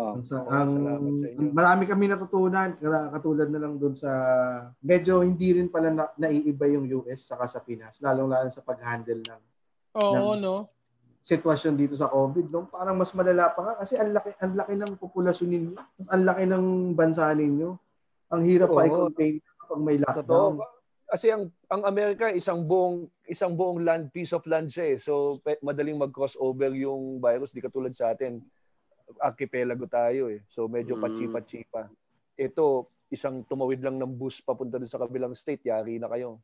Oo.
Ang, sa,
Oo,
ang,
Oh, salamat sa inyo.
marami kami natutunan kala- katulad na lang doon sa medyo hindi rin pala na, naiiba yung US saka sa Pinas lalong lalo sa pag-handle ng
Oo,
Yan.
no?
sitwasyon dito sa COVID no parang mas malala pa nga kasi ang laki ang laki ng populasyon ninyo mas ang laki ng bansa ninyo ang hirap
Oo.
pa i-contain kapag may lockdown
Totoo. Kasi ang ang Amerika isang buong isang buong land piece of land siya eh. So pe- madaling mag-crossover yung virus di katulad sa atin. Archipelago tayo eh. So medyo
Mm.
pachi-pachi pa. Ito isang tumawid lang ng bus papunta dun sa kabilang state, yari na kayo.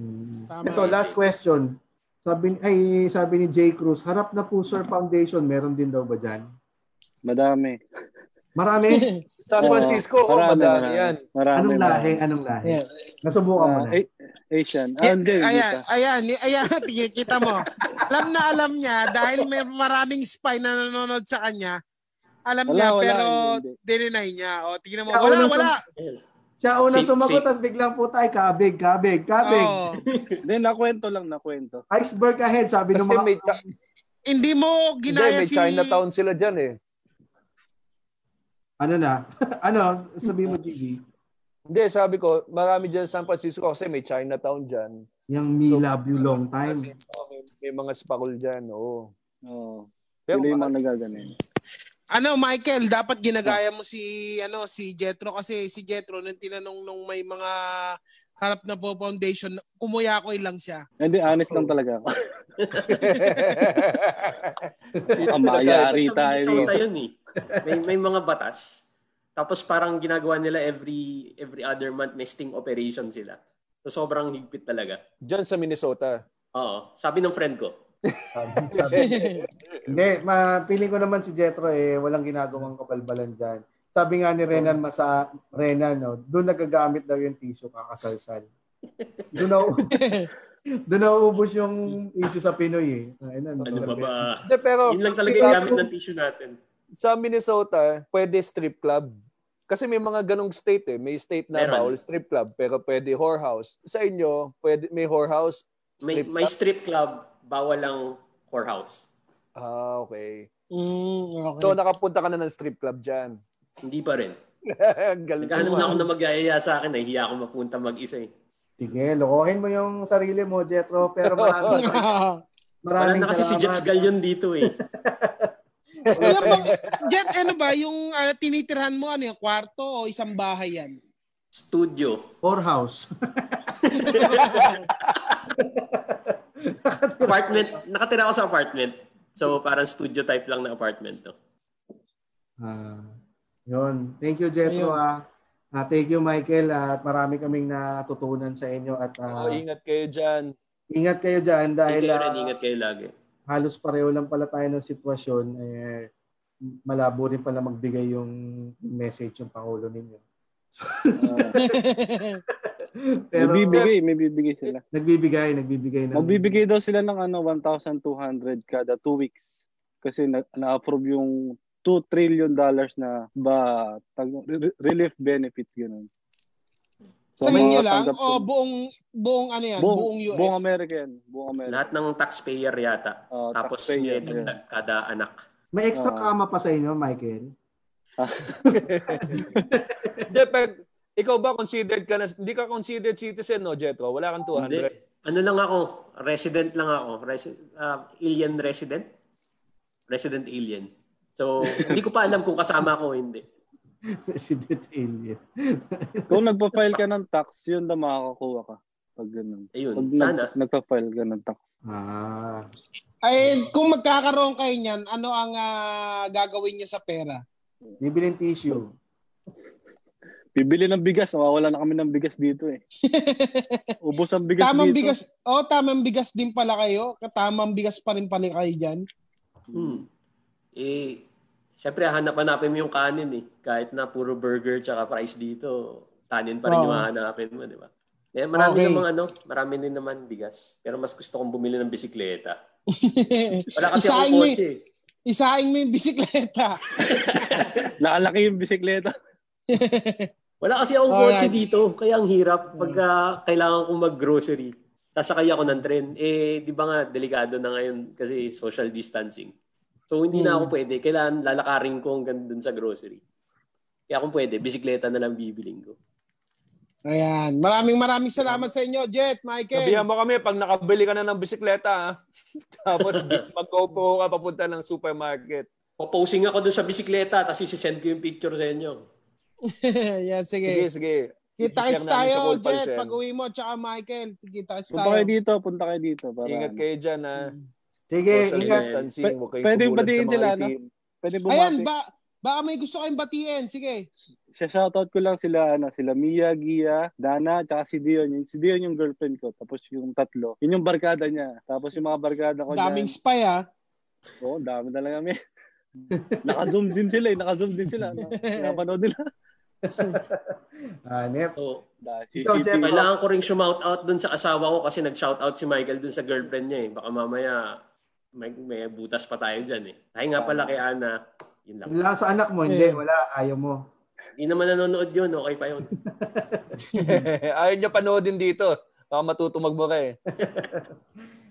Hmm.
Tama.
ito last question sabi ni- ay sabi ni J Cruz harap na po sir foundation meron din daw ba diyan
Madami.
marami
San
Oo,
Francisco, oh,
marami,
madami
marami.
yan.
Marami,
anong lahi
marami.
anong lahi
Yeah.
nasubukan mo
Ah,
na
A- Asian. Ah,
Yeah,
hindi, hindi
Eh, ayan,
pa.
ayan, ayan, tingin, kita mo. Alam na alam niya dahil may maraming spy na nanonood sa kanya. Alam
Wala,
niya
wala,
pero
hindi,
dininay niya. O, tingnan mo.
Siya
Wala,
unang
wala.
Siya una
Si-
sumagot,
si-
tapos biglang po tayo, kabig, kabig, kabig.
Oo.
Hindi, nakwento lang, nakwento.
Iceberg ahead, sabi
Kasi
ng mga...
may, Chi-
Hindi mo
hindi,
ginaya
may
si...
Chinatown sila dyan eh.
Ano na? ano? Sabi mo, GB.
Hindi, sabi ko, marami dyan sa San Francisco kasi may Chinatown dyan.
Yung me
So,
love you long time.
Kasi oh, may, may mga spakul dyan, oo.
Oo.
Pero
Sila yung mga nagaganin.
Ano, Michael, dapat ginagaya mo si ano si Jetro kasi si Jetro nung tinanong nung may mga harap na po foundation, kumuyakoy lang siya.
Hindi, honest lang talaga ako. Ang
Mayari.
mayari tayo dito.
Minnesota yun eh. May, may mga batas. Tapos parang ginagawa nila every every other month may sting operation sila. So sobrang higpit talaga.
Diyan sa Minnesota.
Oo. Sabi ng friend ko.
Hindi, ma, feeling ko naman si Jetro eh, walang ginagawang kapalbalan dyan. Sabi nga ni Renan Masa, Renan, no, doon nagagamit daw yung tissue kakasalsal. Doon na, doon na ubus yung issue sa Pinoy eh. Ay, nan,
Ano ba ba?
Hindi, pero
Yun lang talaga yung gamit ng tissue natin.
sa Minnesota, pwede strip club. Kasi may mga ganong state eh. May state na
Meron.
bawal strip club, pero pwede whorehouse. Sa inyo, pwede, may whorehouse,
May,
strip
may
club.
strip club, bawal lang whorehouse.
Ah, okay.
Mm,
So,
okay.
nakapunta ka na ng strip club dyan.
Hindi pa rin.
Ang Galing ah.
Naghahanap na
naman.
ako na mag-aaya sa akin. Nahihiya ako mapunta mag-isa eh.
Sige, lokohin mo yung sarili mo, Jetro, pero maraming,
Wala
maraming
na kasi si Jeps Galion dito eh.
Alam mo, Jet, ano ba, yung ah, tinitirhan mo, ano yung kwarto o isang bahay yan?
Studio.
Whorehouse.
Apartment. Nakatira ako sa apartment. So parang studio type lang na apartment. No?
Ah, yun. Thank you, Jethro.
Ayun.
Ah. Ah, thank you, Michael. Ah, at marami kaming natutunan sa inyo. At ah,
Oh, ingat kayo dyan.
ingat kayo dyan
Take
dahil
care
ah,
and ingat kayo lagi.
halos pareho lang pala tayo ng sitwasyon. Eh, malabo rin pala magbigay yung message yung Pangulo ninyo.
Ah,
Pero
may bibigay, may bibigay sila.
Mm.
nagbibigay, nagbibigay ng...
Magbibigay daw sila ng ano 1,200 kada 2 weeks kasi na- na-approve yung 2 trillion dollars na ba tag- re- relief benefits ganun.
Sa inyo lang
makatanggap
o
ko-
buong buong ano yan,
buong,
buong US?
buong America yan, buong America.
Lahat ng taxpayer yata.
Ah,
Tapos
taxpayer,
nilagdag kada anak.
May extra
Ah.
kama pa sa inyo, Michael.
Depend. Ikaw ba considered ka na, hindi ka considered citizen, no, Jetro? Wala kang 200.
Hindi. ano lang ako, resident lang ako, resi- ah, alien resident. Resident alien. So, hindi ko pa alam kung kasama ako o hindi.
Resident Alien.
Kung nagpa-file ka ng tax, yun na makakakuha ka. Pag ganun. Pag
Ayun,
nag,
sana.
nagpa-file ka ng tax.
Ah.
Ay, kung magkakaroon kayo niyan, ano ang ah, gagawin niyo sa pera?
Bibili ng tissue.
Bibili ng bigas. Mawawala na kami ng bigas dito eh. Ubus ang bigas
tamang
dito.
bigas, oh, tamang bigas din pala kayo. Tamang bigas pa rin pala kayo diyan.
Hmm. Eh, syempre, hanap-hanapin mo yung kanin eh. Kahit na puro burger tsaka fries dito, kanin pa rin
Oo.
yung hahanapin mo, di ba? Eh, marami
Okay.
namang ano, marami din naman bigas. Pero mas gusto kong bumili ng bisikleta. Wala kasi
Isahin
akong
mo
kotse. eh.
Isaing mo yung bisikleta.
Nakalaki yung bisikleta.
Wala kasi akong
Alright.
kotse dito, kaya ang hirap pag ah, kailangan kong mag-grocery. Sasakay ako ng tren. Eh, di ba nga, delikado na ngayon kasi social distancing. So, hindi na
Hmm.
ako pwede. Kailangan lalakarin ko hanggang dun sa grocery. Kaya kung pwede, bisikleta na lang bibiling ko.
Ayan. Maraming maraming salamat sa inyo, Jet, Michael.
Sabihan mo kami, pag nakabili ka na ng bisikleta, ha? tapos mag-opo ka papunta ng supermarket.
Poposing ako dun sa bisikleta, tapos sisend ko yung picture sa inyo.
Ayan,
Sige,
sige.
sige.
Kita-kits
I-share namin sa
tayo,
Cold Pals
Jet,
yan.
pag uwi mo, tsaka Michael. Kita-kits
Punta kayo
tayo. Mm.
dito. Punta kayo dito. Para, ano.
Ingat kayo dyan, ha?
Sige,
Social
ingat.
distancing. Huwag kayong
Pwede
kumulat sa
batiin
mga
sila, no?
itim.
Pwede
Ayan,
bumati.
ba baka may gusto kayong batiin. Sige.
Siya shoutout ko lang sila ano, sila Mia, Gia, Dana, tsaka si Dion. Yung, si Dion yung girlfriend ko. Tapos yung tatlo. Yun yung barkada niya. Tapos yung mga barkada ko
Daming
dyan.
spy, ah.
Oo, dami talaga kami. Naka-zoom din sila eh. Naka-zoom din sila. No? Pinapanood nila.
Hanep.
So,
Da,
Ikaw,
CCTV.
Jeff.
kailangan ko ring shout out dun sa asawa ko kasi nag-shout out si Michael dun sa girlfriend niya eh. Baka mamaya may, may butas pa tayo dyan eh. Ay nga pala kay Ana. Yun lang.
Yun lang sa anak mo,
Eh.
hindi. Wala, ayaw mo.
Hindi naman nanonood yun, okay pa yun.
Ayaw niya panoodin dito. Baka matutumag mo ka eh.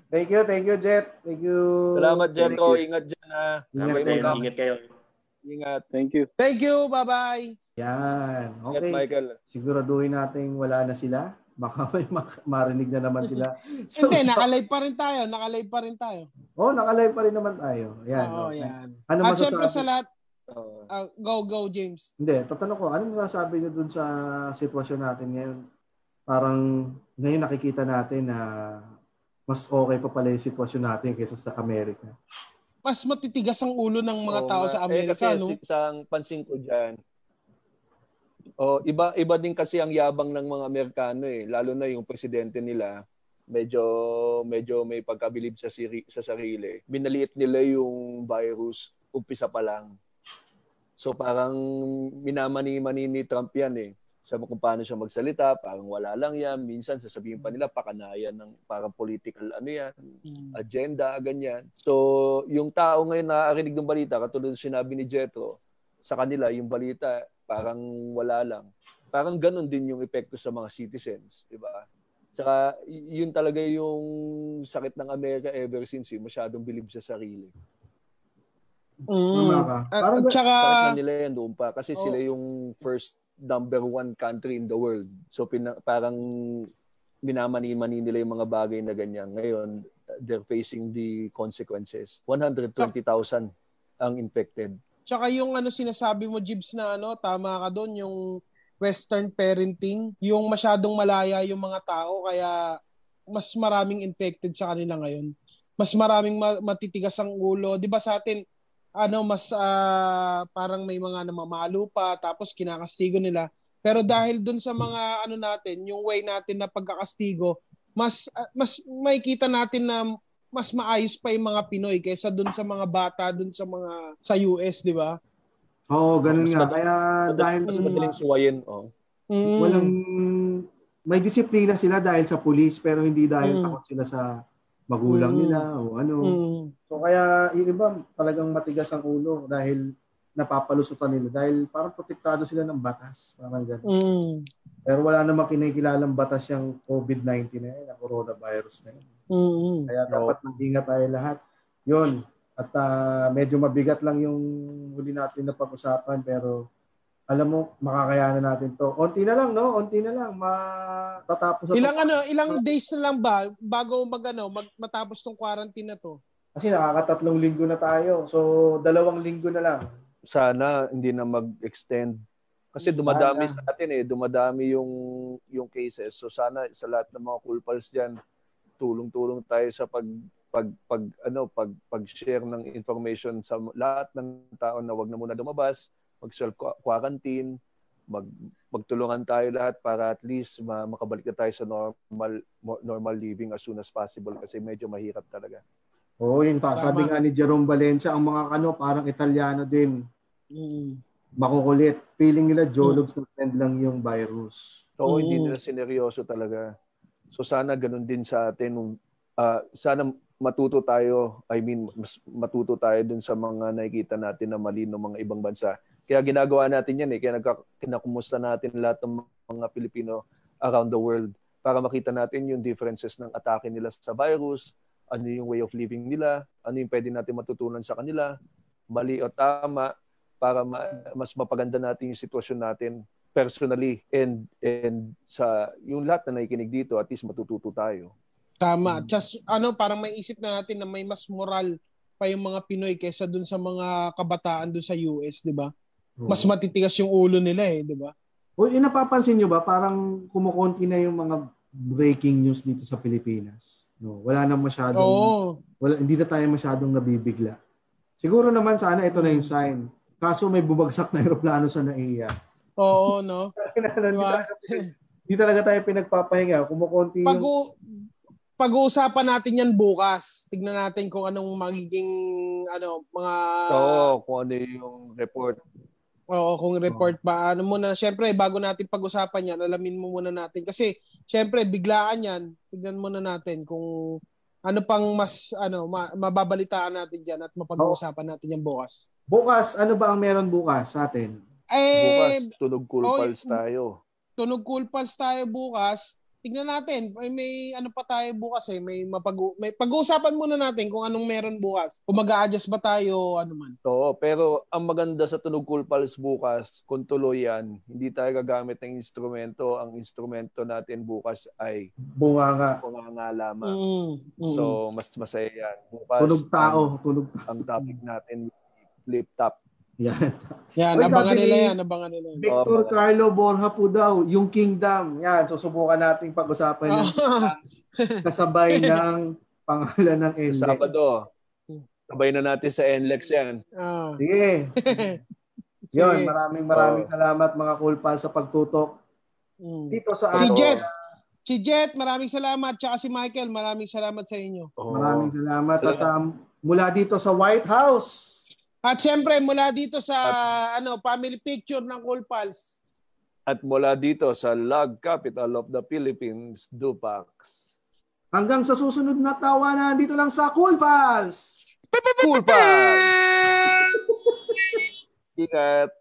Thank you, thank you, Jet. Thank you.
Salamat, Jetro.
Thank you.
Ingat dyan, ha?
Ingat
Ingat
Okay,
kayo,
ma'am.
ingat kayo.
Ingat.
Thank you.
Thank you. Bye-bye.
Yan.
Ingat,
Okay.
Michael.
Siguraduhin natin wala na sila. Baka may mak- marinig na naman sila. So,
Hindi, nakalive pa rin tayo. Nakalive pa rin tayo.
oh, nakalive pa rin naman tayo. Ayan.
Oo,
okay.
yan.
Ano
At
masasabi?
syempre sa lahat,
Oo.
ah, go, go, James.
Hindi, tatanong ko, ano masasabi niyo dun sa sitwasyon natin ngayon? Parang ngayon nakikita natin na mas okay pa pala yung sitwasyon natin kaysa sa Amerika.
Mas matitigas ang ulo ng mga
Oo
tao
nga.
sa
Eh, kasi
Amerika, no?
si- isang pansin ko dyan, oh, iba, iba din kasi ang yabang ng mga Amerikano eh. Lalo na yung presidente nila, medyo medyo may pagkabilib sa siri, sa sarili. Minaliit nila yung virus umpisa pa lang. So parang minamani-mani ni Trump yan eh. Sabi kung paano siya magsalita, parang wala lang yan. Minsan sasabihin pa nila pakanayan ng parang political ano yan,
Mm.
agenda, ganyan. So, yung tao ngayon nakakarinig ng balita, katulad ng sinabi ni Jetro, sa kanila, yung balita, parang wala lang. Parang ganun din yung epekto sa mga citizens, di ba? Saka, y- yun talaga yung sakit ng Amerika ever since, eh, masyadong bilib sa sarili.
Mm.
Tama ka.
At,
Parang
at saka,
Sakit na nila yan doon pa kasi
Oo.
sila yung first number one country in the world. So, pina- parang minamani-mani nila yung mga bagay na ganyan. Ngayon, they're facing the consequences. 120,000 ang infected.
Tsaka yung ano sinasabi mo, Jibs, na ano, tama ka doon, yung western parenting, yung masyadong malaya yung mga tao, kaya mas maraming infected sa kanila ngayon. Mas maraming ma- matitigas ang ulo. Di ba sa atin, ano, mas ah, parang may mga namamalo pa, tapos kinakastigo nila. Pero dahil doon sa mga ano natin, yung way natin na pagkakastigo, mas ah, mas makikita natin na mas maayos pa yung mga Pinoy kaysa dun sa mga bata dun sa mga sa US, di ba?
Oo, ganun
Mas
nga.
madali-
Kaya dahil
Mas
Mm.
madaling suwayin, oh.
Mm.
walang may disiplina sila dahil sa police pero hindi
Mm.
dahil takot sila sa magulang
Mm.
nila o ano.
Mm.
So kaya yung iba talagang matigas ang ulo dahil napapalusutan nila dahil parang protektado sila ng batas, parang ganun.
Mm.
Pero wala namang kinikilalang batas yung COVID-19 na yun, ang coronavirus na yun.
Mm.
Kaya dapat mag-ingat tayo lahat. Yun. At ah, medyo mabigat lang yung huli natin na pag-usapan pero alam mo, makakayanan natin to. Onti na lang, no? Onti na lang. Matatapos na to.
Ilang ano, ilang days na lang ba bago mag ano, mag, matapos tong quarantine na to?
Kasi nakakatatlong linggo na tayo. So, dalawang linggo na lang.
sana hindi na mag-extend. Kasi dumadami
Sana.
sa atin eh, dumadami yung yung cases. So sana sa lahat ng mga cool pals diyan, tulong-tulong tayo sa pag pag pag ano, pag pag-share ng information sa lahat ng tao na wag na muna lumabas, mag self quarantine, mag magtulungan tayo lahat para at least ma- makabalik na tayo sa normal mo- normal living as soon as possible kasi medyo mahirap talaga.
Oo, yun pa.
Tama.
Sabi nga ni Jerome Valencia, ang mga ano, parang Italiano din. Makukulit. Feeling nila jologs na trend lang yung virus.
Oo, oh, hindi
Mm.
nila sineryoso talaga. So sana ganun din sa atin. nung, ah, sana matuto tayo, I mean, mas matuto tayo dun sa mga nakikita natin na mali ng mga ibang bansa. Kaya ginagawa natin yan eh. Kaya nagka- kinakumusta natin lahat ng mga Pilipino around the world para makita natin yung differences ng atake nila sa virus, ano yung way of living nila, ano yung pwede natin matutunan sa kanila, mali o tama, para ma- mas mapaganda natin yung sitwasyon natin personally and and sa yung lahat na nakikinig dito at least matututo tayo.
Tama. Just ano, parang maiisip na natin na may mas moral pa yung mga Pinoy kaysa dun sa mga kabataan dun sa US, di ba? Mas matitigas yung ulo nila eh, di ba?
O, yun napapansin nyo ba? Parang kumukonti na yung mga breaking news dito sa Pilipinas. No, wala nang masyadong,
Oo.
wala, hindi na tayo masyadong nabibigla. Siguro naman sana ito na yung sign. Kaso may bubagsak na aeroplano sa NAIA.
Oo, no? Di
Hindi
ba?
talaga- Hindi talaga tayo pinagpapahinga. Kumukonti
Pag
yung...
pag-uusapan natin yan bukas. Tignan natin kung anong magiging ano, mga
So, kung ano yung report.
Oo, kung report pa. Ano muna, syempre, bago natin pag-usapan yan, alamin mo muna natin. Kasi, syempre, biglaan yan. Tignan muna natin kung ano pang mas, ano, ma- mababalitaan natin dyan at mapag-uusapan natin yan bukas.
Bukas, ano ba ang meron bukas sa atin?
Eh,
Bukas, tunog cool
oh,
pals tayo.
tunog cool pals tayo bukas. Tignan natin. May, may ano pa tayo bukas eh. May, mapag may pag-uusapan muna natin kung anong meron bukas. Kung mag-a-adjust ba tayo, ano man.
Oo, pero ang maganda sa tunog cool pals bukas, kung tuloy yan, hindi tayo gagamit ng instrumento. Ang instrumento natin bukas ay
Bunganga.
pangangalaman.
Mm, mm.
So, mas masaya yan. Bukas,
Tunog tao. Tunog
Ang, ang topic
Mm.
natin, flip top.
Yan.
yan,
Oy,
abangan
sabi
nila
ni-
yan. Abangan nila yan.
Victor Carlo Borja po daw, yung Kingdom. Yan, susubukan nating pag-usapan ng kasabay ng pangalan ng
Sa
Ende.
Sabado,
Mm.
sabay na natin sa NLEX yan.
Ah.
Sige. Yun,
Sige.
maraming maraming
Oo.
salamat mga cool pals sa pagtutok
Mm.
dito sa
Si
atin.
Jet, si Jet, maraming salamat. Tsaka si Michael, maraming salamat sa inyo.
Oo.
Maraming salamat. At um, mula dito sa White House,
At syempre, mula dito sa ano family picture ng Cool Pals.
At mula dito sa Log Capital of the Philippines, Dupax.
hanggang sa susunod na tawanan, dito lang sa Cool Pals!
Cool Pals! Ingat!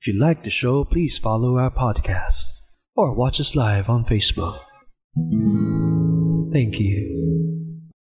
If you like the show, please follow our podcast or watch us live on Facebook. Thank you.